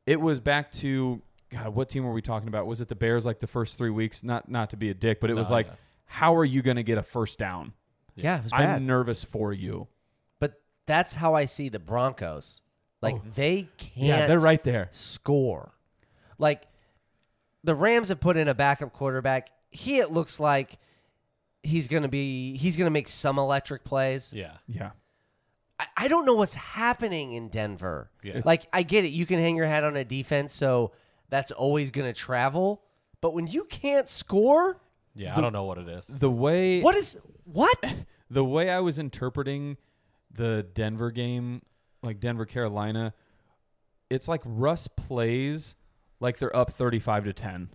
Speaker 2: It was back to God. What team were we talking about? Was it the Bears? Like the first three weeks? Not not to be a dick, but it was
Speaker 3: No,
Speaker 2: like,
Speaker 3: yeah.
Speaker 2: how are you going to get a first down?
Speaker 1: Yeah, it was bad.
Speaker 2: I'm nervous for you.
Speaker 1: but that's how I see the Broncos. Like they can't.
Speaker 2: Yeah, they're right there.
Speaker 1: Score. Like the Rams have put in a backup quarterback. He it looks like he's gonna be he's gonna make some electric plays.
Speaker 3: Yeah.
Speaker 2: Yeah,
Speaker 1: I, I don't know what's happening in Denver.
Speaker 3: Yeah.
Speaker 1: Like I get it, you can hang your hat on a defense, so that's always gonna travel. But when you can't score,
Speaker 3: Yeah. I don't know what it is.
Speaker 2: the way
Speaker 1: what is what?
Speaker 2: the way I was interpreting the Denver game, like Denver Carolina, it's like Russ plays like they're up 35 to 10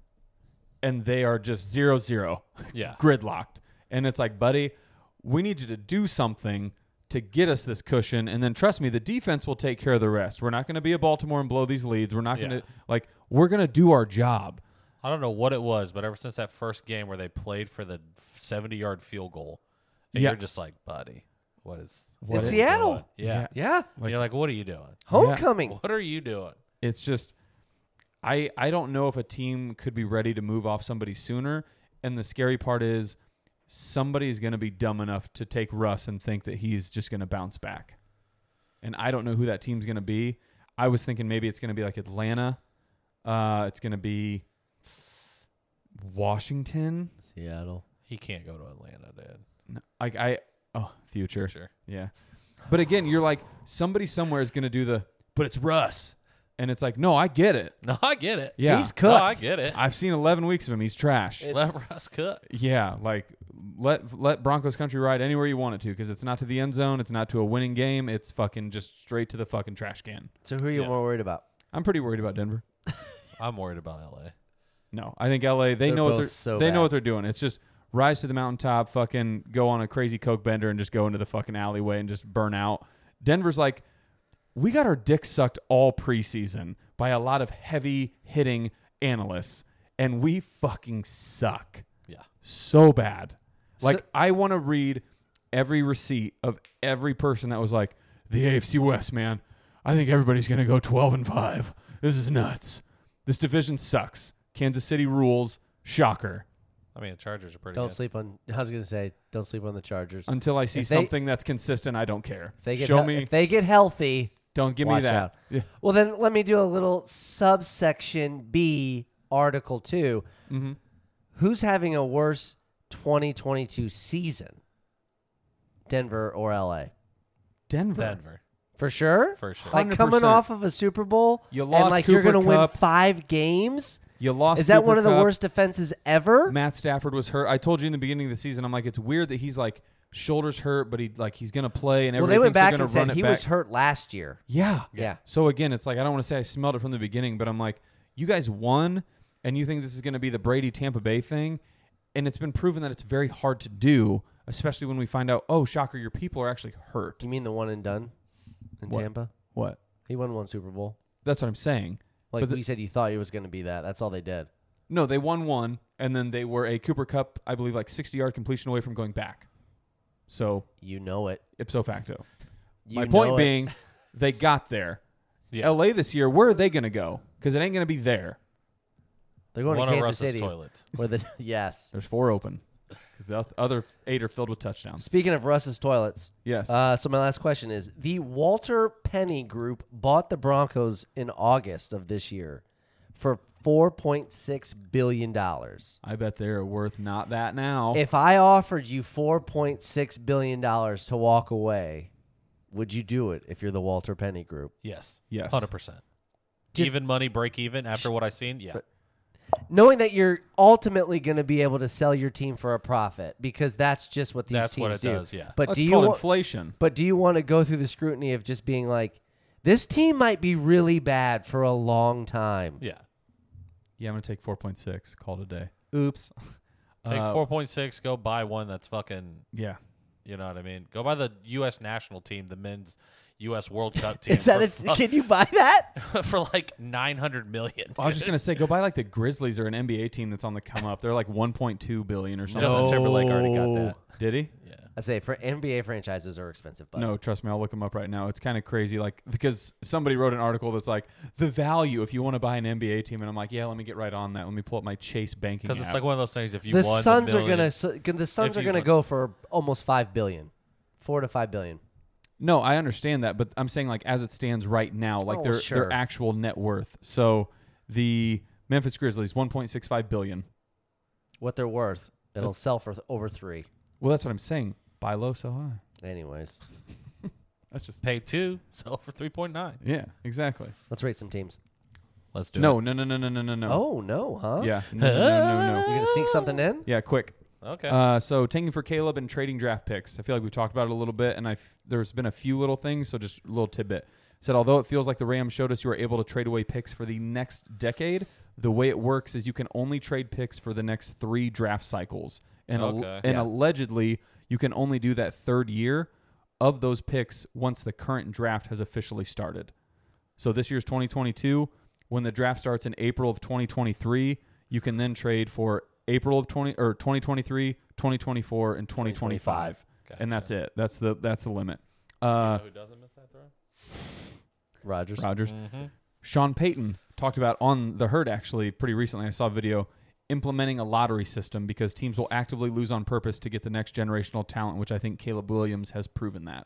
Speaker 2: and they are just 0-0
Speaker 3: Yeah.
Speaker 2: gridlocked. And it's like, buddy, we need you to do something to get us this cushion and then trust me, the defense will take care of the rest. We're not going to be a Baltimore and blow these leads. We're not
Speaker 3: Yeah.
Speaker 2: going to like we're going to do our job.
Speaker 3: I don't know what it was, but ever since that first game where they played for the 70 yard field goal, and
Speaker 2: Yeah.
Speaker 3: you're just like, buddy, what is.
Speaker 2: What
Speaker 1: in
Speaker 2: is
Speaker 1: Seattle.
Speaker 3: Yeah.
Speaker 2: Yeah.
Speaker 1: Yeah.
Speaker 3: And you're like, what are you doing?
Speaker 1: Homecoming.
Speaker 3: What are you doing?
Speaker 2: it's just I I don't know if a team could be ready to move off somebody sooner. And the scary part is somebody's going to be dumb enough to take Russ and think that he's just going to bounce back. And I don't know who that team's going to be. I was thinking maybe it's going to be like Atlanta. Uh, it's going to be Washington.
Speaker 1: Seattle.
Speaker 3: He can't go to Atlanta, dude.
Speaker 2: No, Like I oh future sure yeah, but again you're like somebody somewhere is going to do the but it's Russ and it's like no I get it
Speaker 3: No, I get it.
Speaker 2: yeah
Speaker 1: He's
Speaker 3: No, I
Speaker 1: cooked.
Speaker 3: get it.
Speaker 2: I've seen 11 weeks of him. He's trash.
Speaker 3: Let Russ cook.
Speaker 2: yeah, like let let Broncos country ride anywhere you want it to because it's not to the end zone, it's not to a winning game, it's fucking just straight to the fucking trash can.
Speaker 1: So who are you
Speaker 3: Yeah.
Speaker 1: more worried about?
Speaker 2: I'm pretty worried about Denver.
Speaker 3: I'm worried about LA.
Speaker 2: No, I think LA they
Speaker 1: They're
Speaker 2: know what
Speaker 1: both
Speaker 2: they're
Speaker 1: so
Speaker 2: they
Speaker 1: bad.
Speaker 2: know what they're doing. It's just rise to the mountaintop, fucking go on a crazy coke bender and just go into the fucking alleyway and just burn out. Denver's like we got our dick sucked all preseason by a lot of heavy hitting analysts and we fucking suck.
Speaker 3: Yeah.
Speaker 2: so bad. Like
Speaker 1: So-
Speaker 2: I want to read every receipt of every person that was like the AFC West, man. I think everybody's gonna go twelve and five. This is nuts. This division sucks. Kansas City rules. Shocker.
Speaker 3: I mean, the Chargers are pretty
Speaker 1: Don't
Speaker 3: good.
Speaker 1: sleep on. I was gonna say, don't sleep on the Chargers.
Speaker 2: Until I see
Speaker 1: If they-
Speaker 2: something that's consistent, I don't care.
Speaker 1: If they get
Speaker 2: Show
Speaker 1: hel-
Speaker 2: me.
Speaker 1: if they get healthy.
Speaker 2: don't give me
Speaker 1: watch
Speaker 2: that.
Speaker 1: out.
Speaker 2: Yeah.
Speaker 1: Well, then let me do a little subsection B, Article 2
Speaker 2: Mm-hmm.
Speaker 1: Who's having a worse 2022 season, Denver or LA?
Speaker 2: Denver.
Speaker 3: Denver.
Speaker 1: For sure.
Speaker 3: For sure.
Speaker 1: Like coming
Speaker 2: 100%.
Speaker 1: off of a Super Bowl,
Speaker 2: You
Speaker 1: and
Speaker 2: lost
Speaker 1: like you're
Speaker 2: Cooper
Speaker 1: gonna win
Speaker 2: Kupp.
Speaker 1: five games.
Speaker 2: You lost.
Speaker 1: Is that
Speaker 2: Cooper
Speaker 1: one of the
Speaker 2: Kupp.
Speaker 1: worst defenses ever?
Speaker 2: Matt Stafford was hurt. I told you in the beginning of the season. I'm like, it's weird that he's like shoulders hurt, but he like he's gonna play and
Speaker 1: Well,
Speaker 2: everything.
Speaker 1: they went back
Speaker 2: gonna
Speaker 1: and
Speaker 2: run
Speaker 1: said
Speaker 2: it
Speaker 1: he
Speaker 2: back.
Speaker 1: was hurt last year.
Speaker 2: Yeah.
Speaker 1: Yeah.
Speaker 2: So again, it's like I don't want to say I smelled it from the beginning, but I'm like, you guys won, and you think this is going to be the Brady Tampa Bay thing, and it's been proven that it's very hard to do, especially when we find out, oh, shocker, your people are actually hurt.
Speaker 1: You mean the one and done in
Speaker 2: What?
Speaker 1: Tampa?
Speaker 2: What?
Speaker 1: He won one Super Bowl.
Speaker 2: That's what I'm saying.
Speaker 1: Like
Speaker 2: But the-
Speaker 1: we said, you thought it was going to be that. That's all they did.
Speaker 2: No, they won one, and then they were a Cooper Cup, I believe, like 60 yard completion away from going back. So
Speaker 1: You know it.
Speaker 2: ipso facto.
Speaker 1: You
Speaker 2: My
Speaker 1: know
Speaker 2: point
Speaker 1: it.
Speaker 2: being, they got there.
Speaker 3: Yeah.
Speaker 2: LA this year, where are they going to go? Because it ain't going to be there.
Speaker 1: they're going
Speaker 3: One
Speaker 1: to
Speaker 3: of
Speaker 1: Kansas
Speaker 3: Russ's
Speaker 1: City.
Speaker 3: toilets.
Speaker 1: Where the yes.
Speaker 2: There's four open because the oth- other eight are filled with touchdowns.
Speaker 1: Speaking of Russ's toilets,
Speaker 2: Yes.
Speaker 1: uh, so my last question is: The Walter Penny Group bought the Broncos in August of this year for four point six billion dollars.
Speaker 2: I bet they're worth not that now.
Speaker 1: If I offered you four point six billion dollars to walk away, would you do it if you're the Walter Penny Group?
Speaker 3: Yes.
Speaker 2: Yes.
Speaker 3: 100%.
Speaker 1: Just-
Speaker 3: even money, break even after what i seen. Yeah.
Speaker 1: Knowing that you're ultimately going to be able to sell your team for a profit, because that's just what these
Speaker 3: That's
Speaker 1: teams
Speaker 3: what it
Speaker 1: do.
Speaker 3: does, yeah.
Speaker 1: But
Speaker 2: That's
Speaker 1: do you
Speaker 2: called
Speaker 1: wa-
Speaker 2: inflation.
Speaker 1: But do you want to go through the scrutiny of just being like, this team might be really bad for a long time?
Speaker 3: Yeah.
Speaker 2: Yeah, I'm gonna take 4.6. Call it a day.
Speaker 1: Oops.
Speaker 3: Take
Speaker 2: Uh,
Speaker 3: 4.6, go buy one that's fucking,
Speaker 2: Yeah.
Speaker 3: you know what I mean? Go buy the U.S. national team, the men's U.S. World Cup team.
Speaker 1: Is that
Speaker 3: for,
Speaker 1: it's? Can you buy that?
Speaker 3: fu- for like 900 million.
Speaker 2: I was just gonna say, go buy like the Grizzlies or an NBA team that's on the come up. They're like 1.2 billion or something.
Speaker 3: Justin
Speaker 1: No.
Speaker 3: Timberlake already got that.
Speaker 2: Did he?
Speaker 3: Yeah.
Speaker 1: I say for NBA franchises are expensive, but
Speaker 2: No, trust me, I'll look them up right now. It's kind of crazy, like because somebody wrote an article that's like the value if you want to buy an NBA team, and I'm like, yeah, let me get right on that. Let me pull up my Chase banking.
Speaker 3: because it's
Speaker 2: app.
Speaker 3: like one of those things. If you
Speaker 1: the
Speaker 3: won
Speaker 1: Suns
Speaker 3: the
Speaker 1: are gonna
Speaker 3: million-
Speaker 1: so, g- the Suns are
Speaker 3: you
Speaker 1: gonna
Speaker 3: want-
Speaker 1: go for almost five billion, four to five billion.
Speaker 2: no, I understand that, but I'm saying like as it stands right now, like
Speaker 1: Oh,
Speaker 2: their
Speaker 1: sure.
Speaker 2: their actual net worth. So the Memphis Grizzlies 1.65 billion.
Speaker 1: What they're worth, it'll sell for th- over three.
Speaker 2: Well, that's what I'm saying. Buy low, sell high.
Speaker 1: Anyways,
Speaker 2: That's just
Speaker 3: pay two, sell for three point nine.
Speaker 2: yeah, exactly.
Speaker 1: let's rate some teams.
Speaker 3: Let's do
Speaker 2: No, no, no, no, no, no, no, no.
Speaker 1: Oh no, huh?
Speaker 2: yeah, no, no, no, no,
Speaker 1: You
Speaker 2: no.
Speaker 1: gonna sneak something in?
Speaker 2: Yeah, quick.
Speaker 3: it. Okay.
Speaker 2: Uh, so tanking for Caleb and trading draft picks. I feel like we've talked about it a little bit, and I there's been a few little things. So just a little tidbit. Said although it feels like the Rams showed us you are able to trade away picks for the next decade, the way it works is you can only trade picks for the next three draft cycles, and al-
Speaker 3: Okay.
Speaker 2: and
Speaker 1: Yeah.
Speaker 2: allegedly you can only do that third year of those picks once the current draft has officially started. So this year's 2022. When the draft starts in April of 2023, you can then trade for April of 20 or 2023, 2024, and 2025, and that's it. That's the that's the limit. Uh,
Speaker 3: who doesn't miss that throw?
Speaker 1: Rogers.
Speaker 2: Rogers,
Speaker 3: Mm-hmm.
Speaker 2: Sean Payton talked about on the herd actually pretty recently. I saw a video implementing a lottery system because teams will actively lose on purpose to get the next generational talent, which I think Caleb Williams has proven that.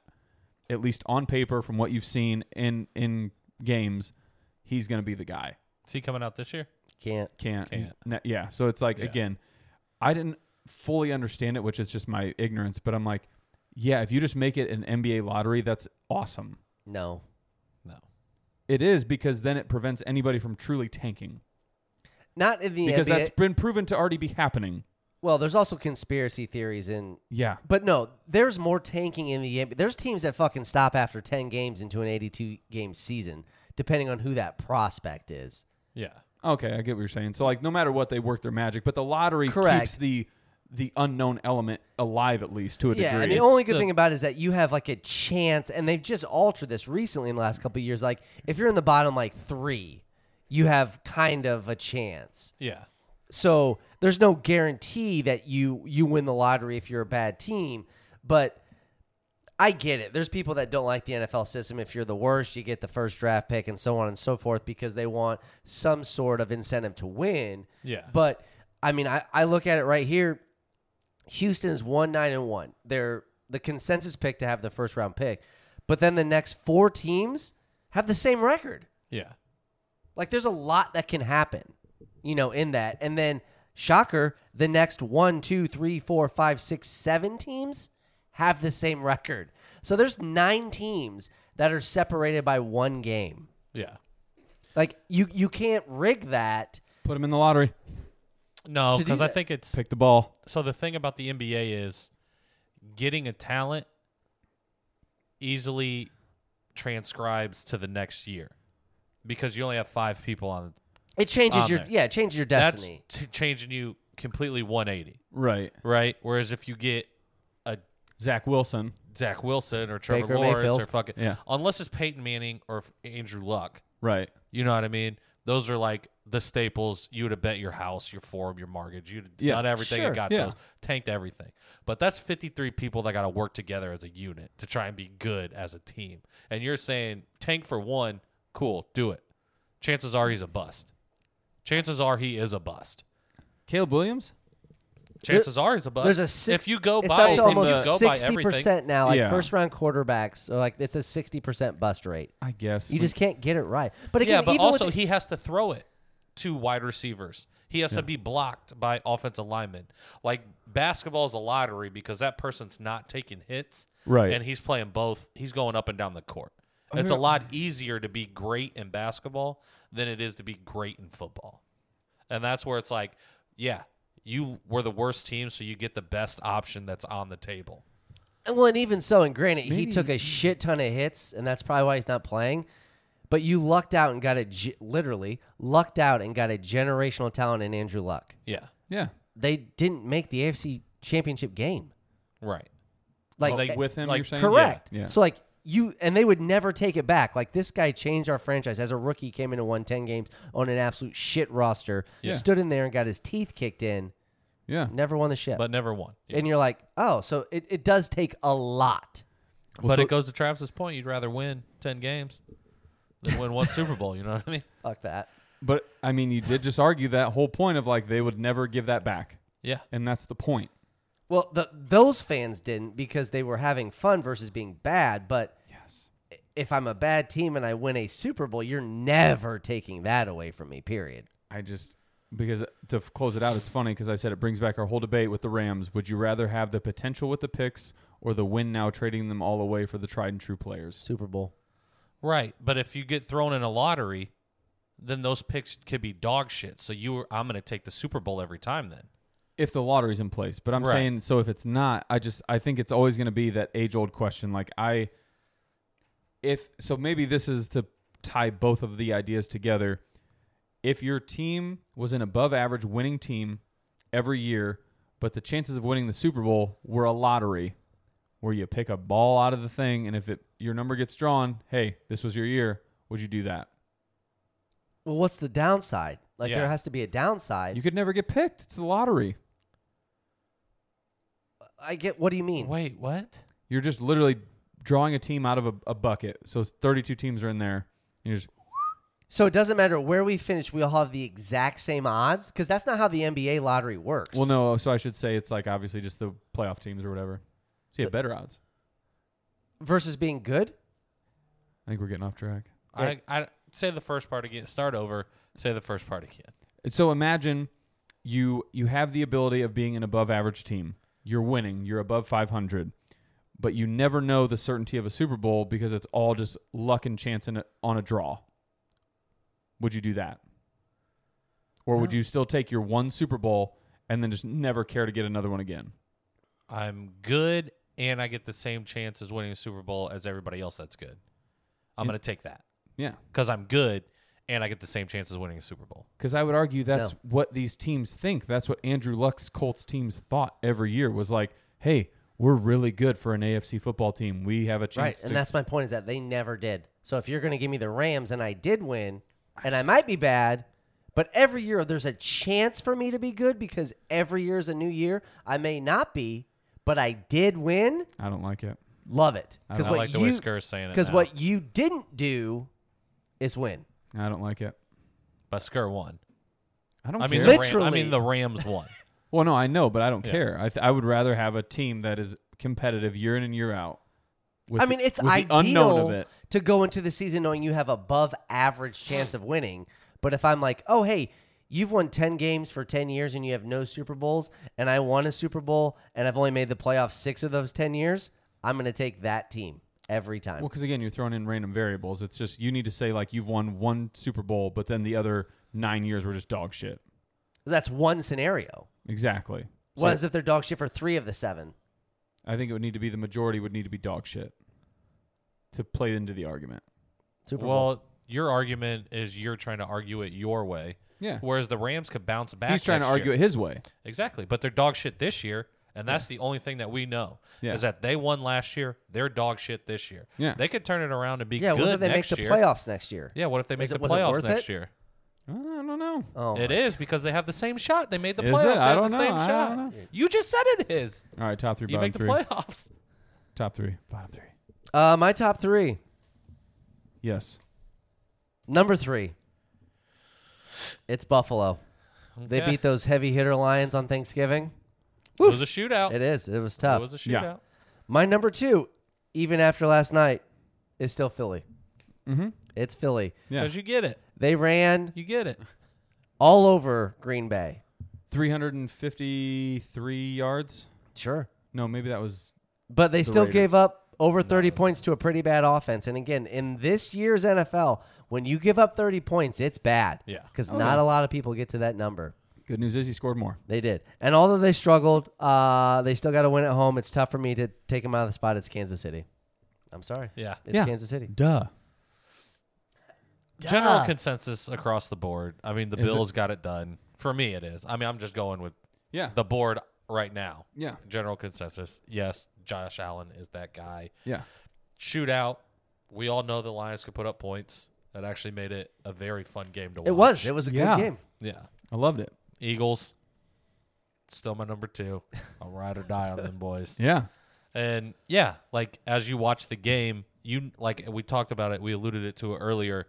Speaker 2: At least on paper, from what you've seen in in games, he's going to be the guy.
Speaker 3: Is he coming out this year?
Speaker 1: Can't.
Speaker 2: can't. He's-
Speaker 3: Can't.
Speaker 2: ne- yeah. So it's like
Speaker 3: Yeah.
Speaker 2: again, I didn't fully understand it, which is just my ignorance. But I'm like, yeah, if you just make it an NBA lottery, that's awesome.
Speaker 1: No.
Speaker 3: No.
Speaker 2: It is because then it prevents anybody from truly tanking
Speaker 1: Not in the
Speaker 2: because
Speaker 1: NBA.
Speaker 2: that's been proven to already be happening.
Speaker 1: well, there's also conspiracy theories in
Speaker 2: Yeah.
Speaker 1: But no, there's more tanking in the NBA. There's teams that fucking stop after 10 games into an 82 game season, depending on who that prospect is.
Speaker 3: Yeah.
Speaker 2: Okay, I get what you're saying. So like, no matter what, they work their magic, but the lottery
Speaker 1: Correct.
Speaker 2: keeps the the unknown element alive at least to a
Speaker 1: Yeah,
Speaker 2: degree.
Speaker 1: and the
Speaker 2: It's-
Speaker 1: only good
Speaker 3: the-
Speaker 1: thing about it is that you have like a chance, and they've just altered this recently in the last couple of years. Like, if you're in the bottom like three, you have kind of a chance.
Speaker 3: Yeah.
Speaker 1: So there's no guarantee that you you win the lottery if you're a bad team, but I get it. There's people that don't like the NFL system. If you're the worst, you get the first draft pick and so on and so forth because they want some sort of incentive to win.
Speaker 3: Yeah.
Speaker 1: But I mean, I, I look at it right here. Houston is one nine and one. They're the consensus pick to have the first round pick. But then the next four teams have the same record.
Speaker 3: Yeah.
Speaker 1: Like there's a lot that can happen, you know, in that. And then shocker, the next one, two, three, four, five, six, seven teams have the same record. So there's nine teams that are separated by one game.
Speaker 3: Yeah.
Speaker 1: Like you you can't rig that.
Speaker 2: put him in the lottery,
Speaker 3: No,
Speaker 1: To do
Speaker 3: because I
Speaker 1: that.
Speaker 3: think it's
Speaker 2: pick the ball.
Speaker 3: so. The thing about the NBA is getting a talent easily transcribes to the next year because you only have five people on.
Speaker 1: It changes
Speaker 3: On
Speaker 1: your
Speaker 3: there.
Speaker 1: yeah, it changes your destiny.
Speaker 3: That's t- changing you completely 180,
Speaker 2: Right.
Speaker 3: right? Whereas if you get a
Speaker 2: Zach Wilson.
Speaker 3: Zach Wilson or Trevor
Speaker 1: Baker
Speaker 3: Lawrence
Speaker 1: Mayfield.
Speaker 3: or fucking
Speaker 2: Yeah.
Speaker 3: unless it's Peyton Manning or f- Andrew Luck,
Speaker 2: Right.
Speaker 3: you know what I mean? Those are like the staples. You would have bet your house, your form, your mortgage. You'd have
Speaker 2: Yeah.
Speaker 3: done everything
Speaker 1: Sure.
Speaker 3: and got
Speaker 2: Yeah.
Speaker 3: those, tanked everything. But that's 53 people that got to work together as a unit to try and be good as a team. And you're saying tank for one, cool, do it. Chances are he's a bust. Chances are he is a bust.
Speaker 2: Caleb Williams.
Speaker 3: Chances are he's a bust.
Speaker 1: There's a six,
Speaker 3: if you go
Speaker 1: it's
Speaker 3: by
Speaker 1: up to
Speaker 3: if you
Speaker 1: almost
Speaker 3: go by
Speaker 1: sixty
Speaker 3: everything,
Speaker 1: percent now. Like
Speaker 2: Yeah.
Speaker 1: first round quarterbacks, so like it's a sixty percent bust rate.
Speaker 2: I guess
Speaker 1: You
Speaker 2: we-
Speaker 1: just can't get it right. But again,
Speaker 3: yeah, but
Speaker 1: even
Speaker 3: also
Speaker 1: with the-
Speaker 3: he has to throw it to wide receivers. He has to be blocked by offensive linemen. Like basketball is a lottery because that person's not taking hits,
Speaker 2: Right.
Speaker 3: And he's playing both. He's going up and down the court. It's a lot easier to be great in basketball than it is to be great in football, and that's where it's like, yeah, you were the worst team, so you get the best option that's on the table.
Speaker 1: Well, and even so, and granted, he took a shit ton of hits, and that's probably why he's not playing. But you lucked out and got a ge- literally lucked out and got a generational talent in Andrew Luck.
Speaker 3: Yeah,
Speaker 2: yeah.
Speaker 1: They didn't make the AFC Championship game.
Speaker 3: right.
Speaker 1: Like
Speaker 2: Like
Speaker 1: eh,
Speaker 2: with him,
Speaker 3: like,
Speaker 2: you're saying?
Speaker 1: correct.
Speaker 2: Yeah. Yeah.
Speaker 1: So like you and they would never take it back. Like this guy changed our franchise as a rookie, came in and won ten games on an absolute shit roster,
Speaker 2: Yeah.
Speaker 1: stood in there and got his teeth kicked in,
Speaker 2: Yeah.
Speaker 1: Never won the ship.
Speaker 3: but never won.
Speaker 1: and you're like, oh, so it, it does take a lot.
Speaker 3: but
Speaker 2: so-
Speaker 3: it goes to Travis's point. You'd rather win ten games than win one Super Bowl. You know what I mean?
Speaker 1: Fuck that.
Speaker 2: But I mean, you did just argue that whole point of like they would never give that back,
Speaker 3: Yeah.
Speaker 2: and that's the point.
Speaker 1: Well, the, those fans didn't because they were having fun versus being bad. But
Speaker 2: Yes.
Speaker 1: if I'm a bad team and I win a Super Bowl, you're never taking that away from me, period.
Speaker 2: I just because to f- close it out, it's funny because I said it brings back our whole debate with the Rams. Would you rather have the potential with the picks or the win now, trading them all away for the tried and true players?
Speaker 1: Super Bowl.
Speaker 3: Right, but if you get thrown in a lottery, then those picks could be dog shit. So you, were, I'm going to take the Super Bowl every time. Then
Speaker 2: If the lottery's in place, but I'm
Speaker 3: Right.
Speaker 2: saying so. If it's not, I just I think it's always going to be that age old question. Like I, if so, maybe this is to tie both of the ideas together. If your team was an above average winning team every year, but the chances of winning the Super Bowl were a lottery where you pick a ball out of the thing and if it your number gets drawn, hey, this was your year, would you do that?
Speaker 1: Well, what's the downside? Like,
Speaker 3: Yeah.
Speaker 1: there has to be a downside.
Speaker 2: You could never get picked. It's the lottery.
Speaker 1: I get, what do you mean?
Speaker 3: wait, what?
Speaker 2: You're just literally drawing a team out of a, a bucket. So it's 32 teams are in there. And you're just,
Speaker 1: So it doesn't matter where we finish, we all have the exact same odds because that's not how the NBA lottery works.
Speaker 2: well, no. So I should say it's like obviously just the playoff teams or whatever. So you have better odds.
Speaker 1: Versus being good?
Speaker 2: I think we're getting off track.
Speaker 1: Yeah.
Speaker 3: I, I say the first part again. Start over. Say the first part again.
Speaker 2: And So imagine you you have the ability of being an above average team. You're winning. You're above 500, but you never know the certainty of a Super Bowl because it's all just luck and chance in a, on a draw. Would you do that, or would you still take your one Super Bowl and then just never care to get another one again?
Speaker 3: I'm good, and I get the same chance as winning the Super Bowl as everybody else. That's good. I'm going to take that
Speaker 2: Yeah,
Speaker 3: because I'm good, and I get the same chance as winning a Super Bowl.
Speaker 2: because I would argue that's
Speaker 1: No.
Speaker 2: what these teams think. That's what Andrew Luck's Colts teams thought every year was like, hey. We're really good for an AFC football team. We have a chance
Speaker 1: Right.
Speaker 2: to
Speaker 1: And that's my point is that they never did. So if you're going to give me the Rams and I did win, and I might be bad, but every year there's a chance for me to be good because every year is a new year. I may not be, but I did win.
Speaker 2: I don't like it.
Speaker 1: Love it.
Speaker 2: I don't
Speaker 3: I like the way Sker's saying it.
Speaker 1: Because
Speaker 3: now.
Speaker 1: what you didn't do is win.
Speaker 2: I don't like it.
Speaker 3: But Sker won.
Speaker 2: I don't
Speaker 3: I mean,
Speaker 2: care.
Speaker 3: the Ram- I
Speaker 1: Literally.
Speaker 3: mean the Rams won.
Speaker 2: well, no, I know, but I don't
Speaker 3: Yeah.
Speaker 2: care. I, th- I would rather have a team that is competitive year in and year out. With
Speaker 1: I mean,
Speaker 2: the-
Speaker 1: it's
Speaker 2: with the
Speaker 1: ideal
Speaker 2: unknown of it.
Speaker 1: to go into the season knowing you have above average chance of winning. But if I'm like, oh hey, you've won ten games for ten years and you have no Super Bowls, and I won a Super Bowl and I've only made the playoffs six of those ten years, I'm gonna take that team every time.
Speaker 2: Well, because again, you're throwing in random variables. It's just you need to say like you've won one Super Bowl, but then the other nine years were just dog shit.
Speaker 1: That's one scenario.
Speaker 2: Exactly. So
Speaker 1: What is if they're dog shit for three of the seven?
Speaker 2: I think it would need to be the majority would need to be dog shit to play into the argument.
Speaker 1: Super Bowl.
Speaker 3: Well, your argument is you're trying to argue it your way,
Speaker 2: Yeah,
Speaker 3: whereas the Rams could bounce back.
Speaker 2: he's trying to
Speaker 3: next
Speaker 2: argue
Speaker 3: year.
Speaker 2: it his way.
Speaker 3: exactly, but they're dog shit this year, and that's the only thing that we know
Speaker 2: Yeah.
Speaker 3: is that they won last year. They're dog shit this year.
Speaker 2: Yeah.
Speaker 3: they could turn it around and be
Speaker 1: Yeah,
Speaker 3: good
Speaker 1: what if they make
Speaker 3: next
Speaker 1: the
Speaker 3: year.
Speaker 1: playoffs next year?
Speaker 3: Yeah, what if they make
Speaker 1: Is it-
Speaker 3: the
Speaker 1: was it
Speaker 3: playoffs
Speaker 1: worth
Speaker 3: next
Speaker 1: it?
Speaker 3: year?
Speaker 2: I don't know.
Speaker 1: Oh,
Speaker 3: It is because they have the same shot. They made the
Speaker 2: Is it?
Speaker 3: playoffs. They
Speaker 2: I
Speaker 3: had
Speaker 2: don't
Speaker 3: the
Speaker 2: know.
Speaker 3: same
Speaker 2: I
Speaker 3: shot.
Speaker 2: don't know.
Speaker 3: You just said it is.
Speaker 2: All right, top three,
Speaker 3: You
Speaker 2: bottom
Speaker 3: make the
Speaker 2: three,
Speaker 3: playoffs.
Speaker 2: top three, bottom three.
Speaker 1: uh, my top three.
Speaker 2: Yes.
Speaker 1: Number three. It's Buffalo. They
Speaker 3: Okay.
Speaker 1: beat those heavy hitter Lions on Thanksgiving.
Speaker 3: It was a shootout.
Speaker 1: It is. It was
Speaker 3: It
Speaker 1: tough.
Speaker 3: Oh. was a shootout.
Speaker 2: Yeah.
Speaker 1: My number two, even after last night, is still Philly.
Speaker 2: Mm-hmm.
Speaker 1: It's Philly.
Speaker 2: Yeah.
Speaker 3: Because you get it.
Speaker 1: They ran
Speaker 3: You get it.
Speaker 1: all over Green Bay.
Speaker 2: 353 yards.
Speaker 1: Sure.
Speaker 2: No, maybe that was.
Speaker 1: But they
Speaker 2: The
Speaker 1: still
Speaker 2: Raiders.
Speaker 1: gave up over 30 points to a pretty bad offense. And again, in this year's NFL, when you give up 30 points, it's bad.
Speaker 3: Yeah.
Speaker 1: Because
Speaker 2: Oh,
Speaker 1: not
Speaker 2: yeah.
Speaker 1: a lot of people get to that number.
Speaker 2: Good news is he scored more.
Speaker 1: They did. And although they struggled, uh, they still got to win at home. It's tough for me to take them out of the spot. It's Kansas City. I'm sorry.
Speaker 3: Yeah.
Speaker 1: It's
Speaker 2: Yeah.
Speaker 1: Kansas City.
Speaker 2: Duh.
Speaker 3: General
Speaker 1: Duh.
Speaker 3: consensus across the board. I mean, the
Speaker 2: Is it-
Speaker 3: Bills got it done. For me, it is. I mean, I'm just going with
Speaker 2: Yeah.
Speaker 3: the board right now.
Speaker 2: yeah.
Speaker 3: General consensus. Yes, Josh Allen is that guy.
Speaker 2: Yeah.
Speaker 3: Shootout. We all know the Lions could put up points. That actually made it a very fun game to watch.
Speaker 1: It was. It was a
Speaker 2: Yeah.
Speaker 1: good game.
Speaker 3: Yeah.
Speaker 2: I loved it.
Speaker 3: Eagles. Still my number two. I'll ride or die on them boys.
Speaker 2: Yeah.
Speaker 3: And yeah, like as you watch the game, you like we talked about it, we alluded it to it earlier.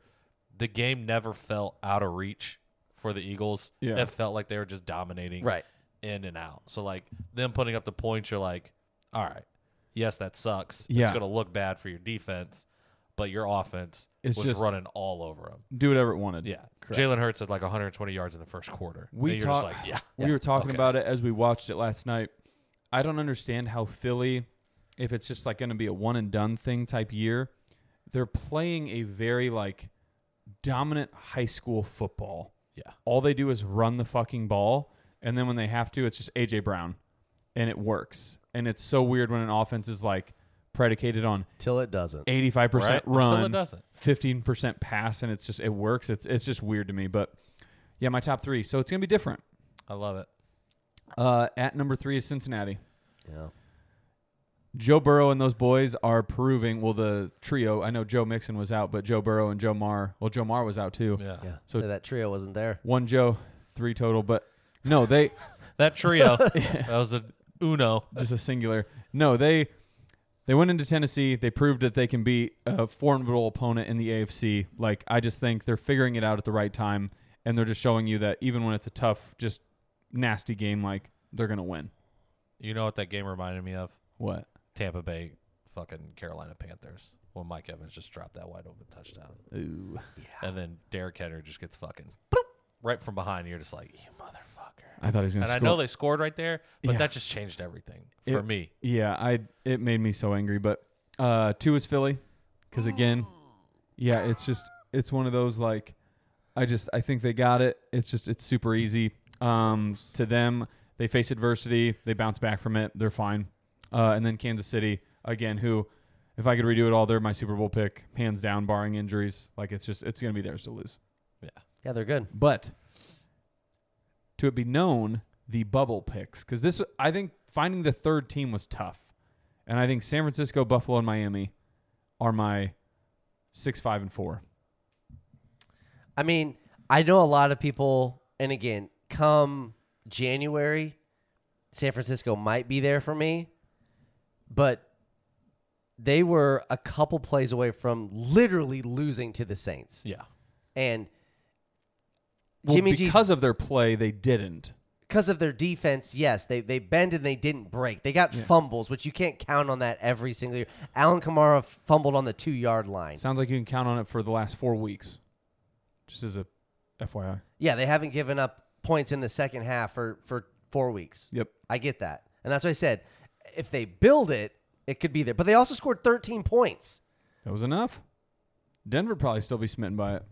Speaker 3: The game never felt out of reach for the Eagles.
Speaker 2: Yeah.
Speaker 3: It felt like they were just dominating
Speaker 1: Right.
Speaker 3: in and out. So like them putting up the points, you're like, all right, yes, that sucks.
Speaker 2: Yeah.
Speaker 3: It's gonna look bad for your defense, but your offense
Speaker 2: It's
Speaker 3: was
Speaker 2: just-
Speaker 3: running all over them.
Speaker 2: Do whatever it wanted.
Speaker 3: Yeah, Jalen Hurts had like 120 yards in the first quarter.
Speaker 2: We
Speaker 3: And you're just
Speaker 2: talk-
Speaker 3: like, yeah,
Speaker 2: We were talking about it as we watched it last night. I don't understand how Philly, if it's just like going to be a one and done thing type year, they're playing a very like dominant high school football.
Speaker 3: Yeah.
Speaker 2: All they do is run the fucking ball. And then when they have to, it's just AJ Brown and it works. And it's so weird when an offense is like predicated on
Speaker 1: Till it doesn't.
Speaker 2: 85%
Speaker 3: right? until it
Speaker 2: run,
Speaker 3: doesn't.
Speaker 2: 15% pass, and it's just, it works. It's, it's just weird to me. But yeah, my top three. So it's going to be different.
Speaker 3: I love it.
Speaker 2: Uh, at number three is Cincinnati.
Speaker 1: Yeah.
Speaker 2: Joe Burrow and those boys are proving. Well, the trio. I know Joe Mixon was out, but Joe Burrow and Joe Mar. Well, Joe Mar was out too.
Speaker 3: Yeah.
Speaker 1: Yeah.
Speaker 2: So-
Speaker 1: So, that trio wasn't there.
Speaker 2: One Joe, three total. But no, they
Speaker 3: that trio. that was a uno.
Speaker 2: just a singular. No, they they went into Tennessee. They proved that they can beat a formidable opponent in the AFC. Like I just think they're figuring it out at the right time, and they're just showing you that even when it's a tough, just nasty game, like they're gonna win.
Speaker 3: You know what that game reminded me of?
Speaker 2: What?
Speaker 3: Tampa Bay, fucking Carolina Panthers. When Mike Evans just dropped that wide open touchdown,
Speaker 2: Ooh.
Speaker 3: and then Derrick Henry just gets fucking bloop, right from behind. You're just like, you motherfucker.
Speaker 2: I thought he was gonna.
Speaker 3: And I
Speaker 2: score.
Speaker 3: know they scored right there, but
Speaker 2: Yeah.
Speaker 3: that just changed everything for
Speaker 2: It-
Speaker 3: me.
Speaker 2: Yeah, I it made me so angry. But uh, two is Philly, because again, yeah, it's just it's one of those like I just I think they got it. It's just it's super easy. Um, to them, they face adversity, they bounce back from it, they're fine. Uh, and then Kansas City again, who if I could redo it all, they're my Super Bowl pick, hands down, barring injuries. Like it's just it's gonna be theirs to lose.
Speaker 1: Yeah, they're good.
Speaker 2: But to it be known, the bubble picks because this I think finding the third team was tough, and I think San Francisco, Buffalo, and Miami are my six, five, and four.
Speaker 1: I mean, I know a lot of people, and again, come January, San Francisco might be there for me, but they were a couple plays away from literally losing to the Saints.
Speaker 3: Yeah.
Speaker 1: And
Speaker 2: Well,
Speaker 1: Jimmy G's
Speaker 2: because of their play, they didn't.
Speaker 1: because of their defense, yes, they they bend and they didn't break. They got fumbles, which you can't count on that every single year. Alan Kamara fumbled on the two yard line.
Speaker 2: Sounds like you can count on it for the last four weeks. Just as a FYI.
Speaker 1: Yeah, they haven't given up points in the second half for for four weeks.
Speaker 2: Yep.
Speaker 1: I get that, and that's why I said if they build it, it could be there. But they also scored 13 points.
Speaker 2: That was enough. Denver would probably still be smitten by it.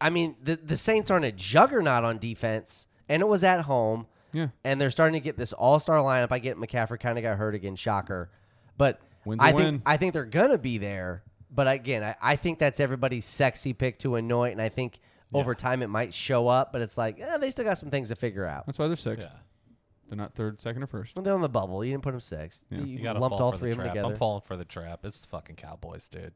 Speaker 1: I mean, the the Saints aren't a juggernaut on defense, and it was at home.
Speaker 2: Yeah.
Speaker 1: and they're starting to get this all star lineup. I get McCaffrey kind of got hurt again, shocker. But
Speaker 2: Win's a
Speaker 1: I think
Speaker 2: win.
Speaker 1: I think they're gonna be there. But again, I, I think that's everybody's sexy pick to anoint, and I think over time it might show up. But it's like eh, they still got some things to figure out.
Speaker 2: That's why they're sixth.
Speaker 3: Yeah.
Speaker 2: They're not third, second, or first.
Speaker 1: Well, they're on the bubble. You didn't put them six.
Speaker 2: Yeah.
Speaker 1: You,
Speaker 3: You gotta
Speaker 1: lumped
Speaker 3: fall
Speaker 1: all
Speaker 3: for
Speaker 1: three
Speaker 3: the
Speaker 1: of them
Speaker 3: trap.
Speaker 1: together.
Speaker 3: I'm falling for the trap. It's the fucking Cowboys, dude.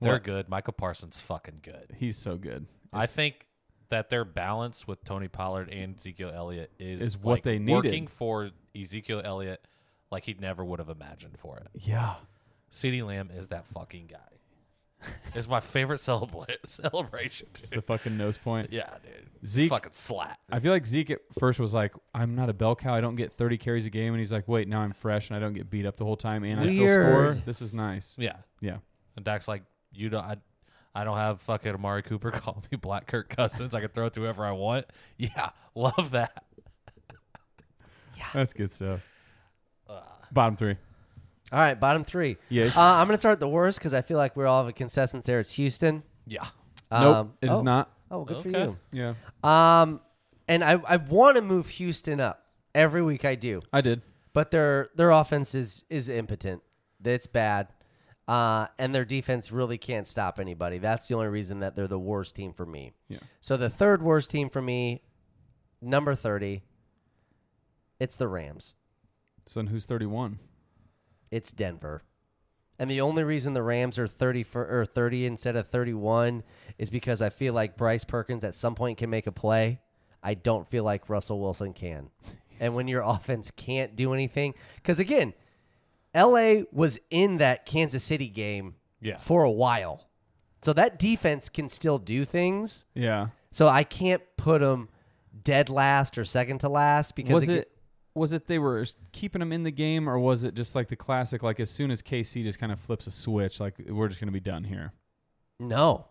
Speaker 3: They're
Speaker 2: What?
Speaker 3: good. Michael Parsons fucking good.
Speaker 2: He's so good.
Speaker 3: I think that their balance with Tony Pollard and Ezekiel Elliott is,
Speaker 2: Is what
Speaker 3: like,
Speaker 2: they needed.
Speaker 3: Working for Ezekiel Elliott like he never would have imagined for it.
Speaker 2: Yeah.
Speaker 3: CeeDee Lamb is that fucking guy. it's my favorite celebra- celebration.
Speaker 2: It's
Speaker 3: dude.
Speaker 2: the fucking nose point.
Speaker 3: Yeah, dude.
Speaker 2: Zeke-
Speaker 3: fucking slat.
Speaker 2: I feel like Zeke at first was like, I'm not a bell cow. I don't get 30 carries a game. And he's like, wait, now I'm fresh and I don't get beat up the whole time and I still score.
Speaker 1: Weird.
Speaker 2: This is nice.
Speaker 3: Yeah.
Speaker 2: Yeah.
Speaker 3: And Dak's like, you don't. I, I don't have fucking Amari Cooper call me Black Kirk Cousins. I can throw it to whoever I want. Yeah, love that.
Speaker 2: That's good stuff.
Speaker 3: Uh.
Speaker 2: Bottom three.
Speaker 1: All right, bottom three.
Speaker 2: Yes.
Speaker 1: Uh, I'm gonna start the worst because I feel like we all have a consensus there. It's Houston.
Speaker 3: Yeah.
Speaker 2: nope. It is
Speaker 1: oh,
Speaker 2: not.
Speaker 1: Oh, good
Speaker 3: Okay.
Speaker 1: for
Speaker 2: Yeah.
Speaker 1: you. Um, and I I want to move Houston up every week. I do.
Speaker 2: I did.
Speaker 1: but their their offense is is impotent. It's bad, uh, and their defense really can't stop anybody. That's the only reason that they're the worst team for me.
Speaker 2: Yeah.
Speaker 1: So the third worst team for me, number thirty, it's the Rams.
Speaker 2: So then who's 31?
Speaker 1: It's Denver. And the only reason the Rams are 30 for, or 30 instead of 31 is because I feel like Bryce Perkins at some point can make a play. I don't feel like Russell Wilson can. And when your offense can't do anything, because again, LA was in that Kansas City game
Speaker 2: Yeah.
Speaker 1: for a while. So that defense can still do things.
Speaker 2: Yeah.
Speaker 1: So I can't put them dead last or second to last because
Speaker 2: Was
Speaker 1: aga-
Speaker 2: it was it they were s- keeping him in the game or was it just like the classic like as soon as KC just kind of flips a switch like we're just going to be done here.
Speaker 1: No.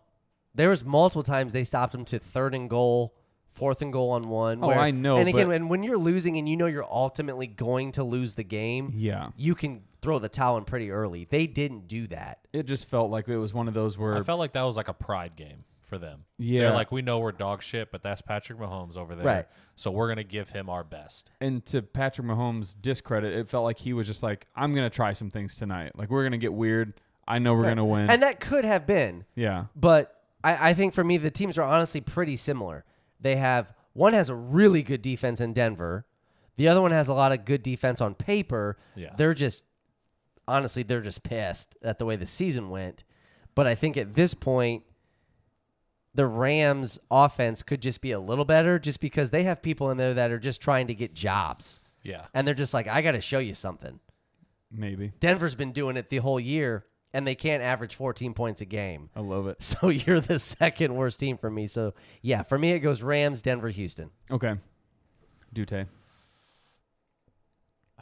Speaker 1: There was multiple times they stopped him to third and goal, fourth and goal on one.
Speaker 2: Oh,
Speaker 1: where-
Speaker 2: I know,
Speaker 1: And again,
Speaker 2: but-
Speaker 1: when, when you're losing and you know you're ultimately going to lose the game,
Speaker 2: Yeah.
Speaker 1: you can throw the towel in pretty early. They didn't do that.
Speaker 2: It just felt like it was one of those
Speaker 3: I
Speaker 2: where
Speaker 3: felt like that was like a pride game for them.
Speaker 2: Yeah.
Speaker 3: They're like, we know we're dog shit, but that's Patrick Mahomes over there.
Speaker 1: Right.
Speaker 3: So we're going to give him our best.
Speaker 2: and to Patrick Mahomes' discredit, it felt like he was just like I'm going to try some things tonight. Like we're going to get weird. I know we're going to win.
Speaker 1: And that could have been.
Speaker 2: yeah.
Speaker 1: But I, I think for me, the teams are honestly pretty similar. They have one has a really good defense in Denver, the other one has a lot of good defense on paper.
Speaker 3: Yeah.
Speaker 1: They're just honestly, they're just pissed at the way the season went. But I think at this point, the Rams' offense could just be a little better just because they have people in there that are just trying to get jobs.
Speaker 3: Yeah.
Speaker 1: And they're just like, I got to show you something.
Speaker 2: Maybe.
Speaker 1: Denver's been doing it the whole year, and they can't average 14 points a game.
Speaker 2: I love it.
Speaker 1: So you're the second worst team for me. So yeah, for me it goes Rams, Denver, Houston.
Speaker 2: Okay. Dute. I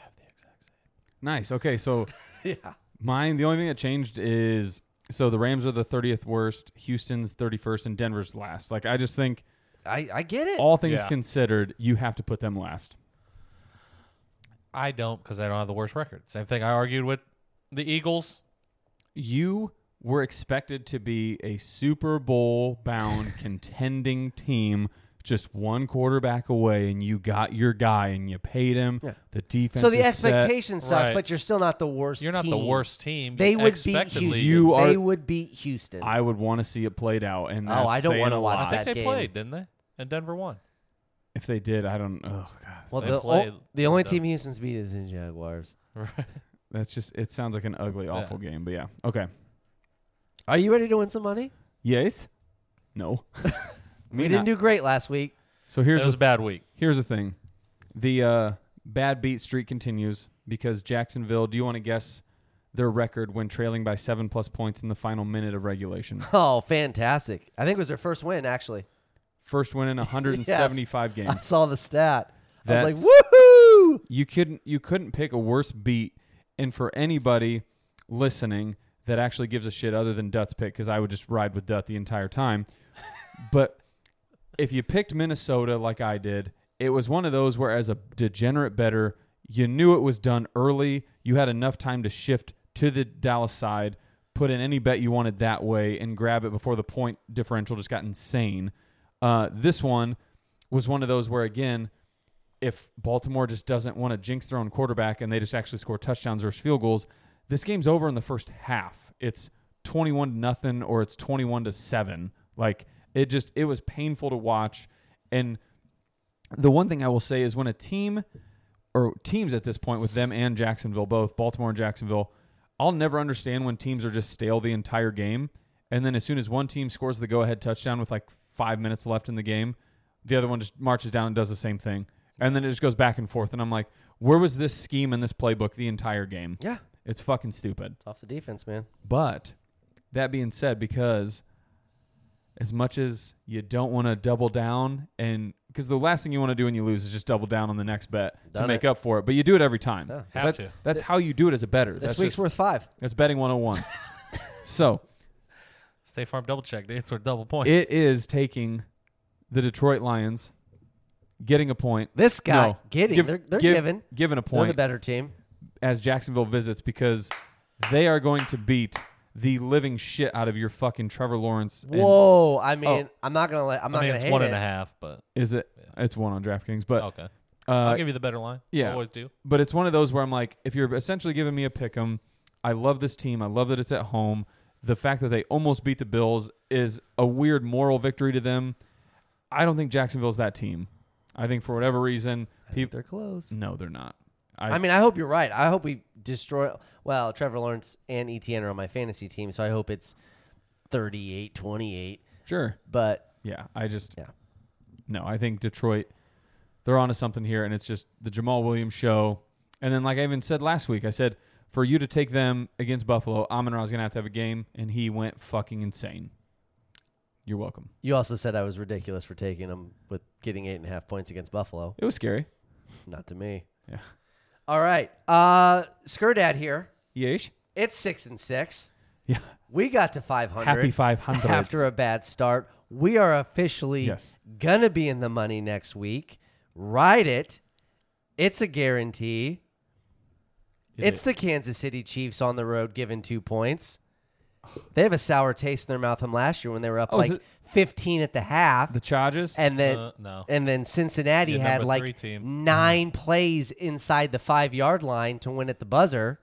Speaker 2: have the exact same. Nice. Okay, so
Speaker 1: Yeah.
Speaker 2: mine the only thing that changed is so the Rams are the 30th worst, Houston's 31st and Denver's last. Like I just think
Speaker 1: I, I get it.
Speaker 2: all things
Speaker 3: Yeah.
Speaker 2: considered, you have to put them last.
Speaker 3: I don't because I don't have the worst record. Same thing I argued with the Eagles.
Speaker 2: You were expected to be a Super Bowl bound contending team just one quarterback away and you got your guy and you paid him. The defense
Speaker 1: so the
Speaker 2: is set.
Speaker 1: expectation sucks,
Speaker 3: Right.
Speaker 1: but you're still not the worst
Speaker 3: You're not the
Speaker 1: team.
Speaker 3: worst team.
Speaker 1: They
Speaker 3: but
Speaker 1: would beat
Speaker 3: expectedly-
Speaker 1: Houston.
Speaker 2: You are-
Speaker 1: they would beat Houston.
Speaker 2: I would want to see it played out and
Speaker 1: Oh,
Speaker 2: that's
Speaker 1: I don't
Speaker 2: saying
Speaker 1: wanna
Speaker 2: a
Speaker 1: watch
Speaker 2: lot.
Speaker 3: I
Speaker 1: that
Speaker 3: think they
Speaker 1: game.
Speaker 3: played, didn't they? And Denver won.
Speaker 2: If they did, I don't. Oh god,
Speaker 1: well,
Speaker 3: they
Speaker 1: the,
Speaker 3: played-
Speaker 1: o- the only
Speaker 3: they
Speaker 1: team Houston's beat is the Jaguars.
Speaker 2: that's just. It sounds like an ugly, awful game. But yeah, okay.
Speaker 1: Are you ready to win some money?
Speaker 2: Yes. No. Me
Speaker 1: We didn't do great last week.
Speaker 2: So
Speaker 3: It
Speaker 2: here's
Speaker 3: was
Speaker 2: the,
Speaker 3: a bad week.
Speaker 2: here's the thing, the uh, bad beat streak continues because Jacksonville. Do you want to guess their record when trailing by seven plus points in the final minute of regulation?
Speaker 1: Oh, fantastic. I think it was their first win, actually.
Speaker 2: First win in 175
Speaker 1: I
Speaker 2: games.
Speaker 1: saw the stat. I was
Speaker 2: That's-
Speaker 1: like, woohoo!
Speaker 2: You couldn't you couldn't pick a worse beat. And for anybody listening that actually gives a shit other than Dutt's pick, because I would just ride with Dutt the entire time. but if you picked Minnesota like I did, it was one of those where as a degenerate better, you knew it was done early. You had enough time to shift to the Dallas side, put in any bet you wanted that way, and grab it before the point differential just got insane. Uh, this one was one of those where again if Baltimore just doesn't want to jinx their own quarterback and they just actually score touchdowns versus field goals, this game's over in the first half. It's 21 to nothing or it's 21 to 7. Like it just it was painful to watch and the one thing I will say is when a team or teams at this point with them and Jacksonville both, Baltimore and Jacksonville, I'll never understand when teams are just stale the entire game and then as soon as one team scores the go-ahead touchdown with like 5 minutes left in the game, the other one just marches down and does the same thing. And then it just goes back and forth and I'm like, where was this scheme and this playbook the entire game?
Speaker 1: Yeah,
Speaker 2: It's fucking stupid.
Speaker 1: it's off the defense, man.
Speaker 2: But that being said, because as much as you don't want to double down and because the last thing you want to do when you lose is just double down on the next bet to
Speaker 1: Done
Speaker 2: make
Speaker 1: it.
Speaker 2: up for it, but you do it every time.
Speaker 1: Yeah.
Speaker 3: Have
Speaker 2: That-
Speaker 3: to.
Speaker 2: That's how you do it as a better.
Speaker 1: This
Speaker 2: that's
Speaker 1: week's
Speaker 2: just-
Speaker 1: worth five.
Speaker 2: that's betting 101. so
Speaker 3: State Farm double check. They scored double points.
Speaker 2: it is taking the Detroit Lions, getting a point.
Speaker 1: This guy
Speaker 2: No.
Speaker 1: getting
Speaker 2: Give-
Speaker 1: they're, they're
Speaker 2: give-
Speaker 1: giving.
Speaker 2: Giving a
Speaker 1: They're the
Speaker 2: point.
Speaker 1: better team.
Speaker 2: as Jacksonville visits because they are going to beat the living shit out of your fucking Trevor Lawrence. and-
Speaker 1: Whoa! I mean, I'm not gonna let. I'm
Speaker 3: Oh. I
Speaker 1: not
Speaker 3: mean,
Speaker 1: gonna
Speaker 3: it's
Speaker 1: hate
Speaker 3: one
Speaker 1: it.
Speaker 3: and a half, but
Speaker 2: is it? It's one on DraftKings, but
Speaker 3: okay. I'll
Speaker 2: uh,
Speaker 3: give you the better line.
Speaker 2: yeah.
Speaker 3: Always do.
Speaker 2: but it's one of those where I'm like, if you're essentially giving me a pick 'em, I love this team. I love that it's at home. The fact that they almost beat the Bills is a weird moral victory to them. I don't think Jacksonville's that team. I think for whatever reason, people.
Speaker 1: They're close.
Speaker 2: No, they're not.
Speaker 1: I, mean, I hope you're right. I hope we destroy. Well, Trevor Lawrence and ETN are on my fantasy team, so I hope it's 38-28.
Speaker 2: sure.
Speaker 1: But
Speaker 2: Yeah, I just
Speaker 1: Yeah.
Speaker 2: no, I think Detroit, they're onto something here, and it's just the Jamal Williams show. And then, like I even said last week, I said for you to take them against Buffalo, Amon Ra's gonna have to have a game, and he went fucking insane. You're welcome.
Speaker 1: You also said I was ridiculous for taking him with getting eight and a half points against Buffalo.
Speaker 2: It was scary.
Speaker 1: Not to me.
Speaker 2: Yeah.
Speaker 1: All right. Uh Skurdad here.
Speaker 2: Yeesh.
Speaker 1: It's six and six.
Speaker 2: Yeah.
Speaker 1: We got to five hundred.
Speaker 2: Happy five hundred.
Speaker 1: after a bad start. We are officially
Speaker 2: Yes.
Speaker 1: gonna be in the money next week. Ride it. It's a guarantee. it's the Kansas City Chiefs on the road given two points. They have a sour taste in their mouth from last year when they were up
Speaker 2: Oh, is
Speaker 1: like
Speaker 2: it-
Speaker 1: fifteen at the half.
Speaker 2: the charges.
Speaker 1: and then
Speaker 3: Uh, no.
Speaker 1: and then Cincinnati
Speaker 3: Yeah,
Speaker 1: had
Speaker 3: number three
Speaker 1: like
Speaker 3: team.
Speaker 1: nine plays inside the five yard line to win at the buzzer.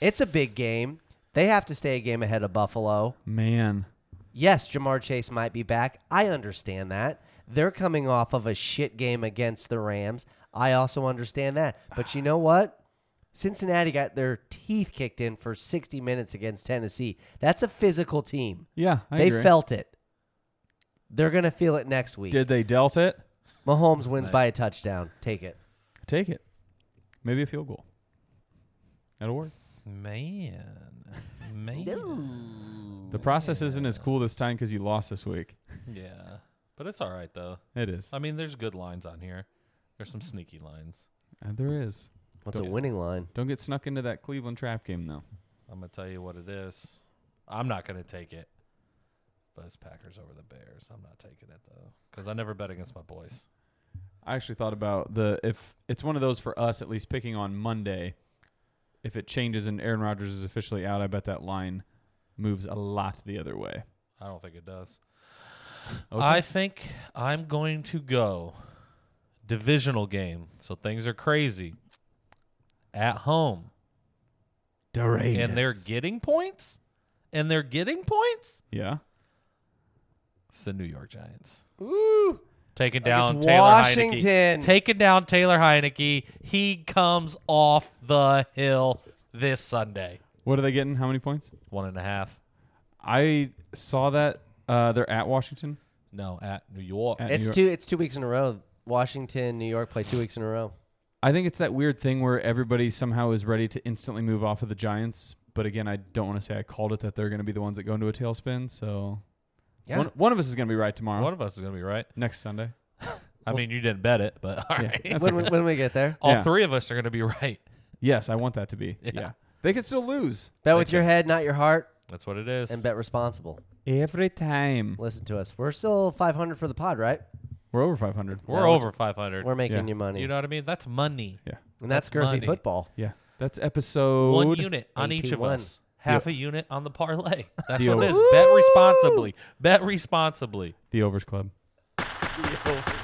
Speaker 1: It's a big game. They have to stay a game ahead of Buffalo.
Speaker 2: Man.
Speaker 1: Yes, Jamar Chase might be back. I understand that. They're coming off of a shit game against the Rams. I also understand that. But you know what? Cincinnati got their teeth kicked in for 60 minutes against Tennessee. That's a physical team.
Speaker 2: Yeah. I
Speaker 1: they
Speaker 2: agree.
Speaker 1: felt it. They're going to feel it next week.
Speaker 2: Did they dealt it?
Speaker 1: Mahomes wins by a touchdown. Take it.
Speaker 2: Take it. Maybe a field goal. That'll work.
Speaker 3: Man. Man.
Speaker 2: The process isn't as cool this time because you lost this week.
Speaker 3: Yeah. But it's all right, though.
Speaker 2: It is.
Speaker 3: I mean, there's good lines on here. There's some sneaky lines.
Speaker 2: Uh, there is.
Speaker 1: What's a
Speaker 2: Go-
Speaker 1: winning line?
Speaker 2: Don't get snuck into that Cleveland trap game though.
Speaker 3: I'm going to tell you what it is. I'm not going to take it. But it's Packers over the Bears. I'm not taking it, though. Because I never bet against my boys.
Speaker 2: I actually thought about the if it's one of those for us at least picking on Monday. If it changes and Aaron Rodgers is officially out, I bet that line moves a lot the other way.
Speaker 3: I don't think it does.
Speaker 2: Okay.
Speaker 3: I think I'm going to go divisional game. So things are crazy. At home. And they're getting points? And they're getting points?
Speaker 2: yeah.
Speaker 3: It's the New York Giants.
Speaker 1: Ooh.
Speaker 3: Taking
Speaker 1: Against
Speaker 3: down Taylor
Speaker 1: Washington.
Speaker 3: Heineke. Taking down Taylor Heineke. He comes off the hill this Sunday.
Speaker 2: What are they getting? How many points?
Speaker 3: One and a half.
Speaker 2: I saw that uh, they're at Washington.
Speaker 3: No, at New York.
Speaker 2: At New
Speaker 1: It's
Speaker 2: York.
Speaker 1: two it's two weeks in a row. Washington, New York play two weeks in a row.
Speaker 2: I think it's that weird thing where everybody somehow is ready to instantly move off of the Giants. But again, I don't want to say I called it that they're going to be the ones that go into a tailspin. So
Speaker 1: Yeah.
Speaker 2: one, one of us is going to be right tomorrow.
Speaker 3: One of us is going to be right.
Speaker 2: Next Sunday.
Speaker 3: I mean, you didn't bet it, but all
Speaker 2: Yeah,
Speaker 3: right.
Speaker 1: when, we- when we get there.
Speaker 3: All
Speaker 2: Yeah.
Speaker 3: three of us are going to be right.
Speaker 2: Yes, I want that to be. Yeah. They could still lose.
Speaker 1: Bet with your head, not your heart,
Speaker 3: That's what it is.
Speaker 1: and bet responsible.
Speaker 2: Every time.
Speaker 1: Listen to us. We're still 500 for the pod, right?
Speaker 2: We're over 500.
Speaker 3: We're
Speaker 1: No,
Speaker 3: over 500.
Speaker 1: We're making
Speaker 2: Yeah.
Speaker 1: you money.
Speaker 3: you know what I mean? That's money.
Speaker 2: Yeah.
Speaker 1: and that's,
Speaker 3: that's
Speaker 1: girthy
Speaker 3: money.
Speaker 1: football.
Speaker 2: Yeah. That's episode.
Speaker 3: One unit on each of
Speaker 1: 81.
Speaker 3: us. Half a unit on the parlay. That's
Speaker 2: The
Speaker 3: what it
Speaker 2: over.
Speaker 3: is. Bet responsibly. Bet responsibly.
Speaker 2: The Overs Club.
Speaker 1: Yo.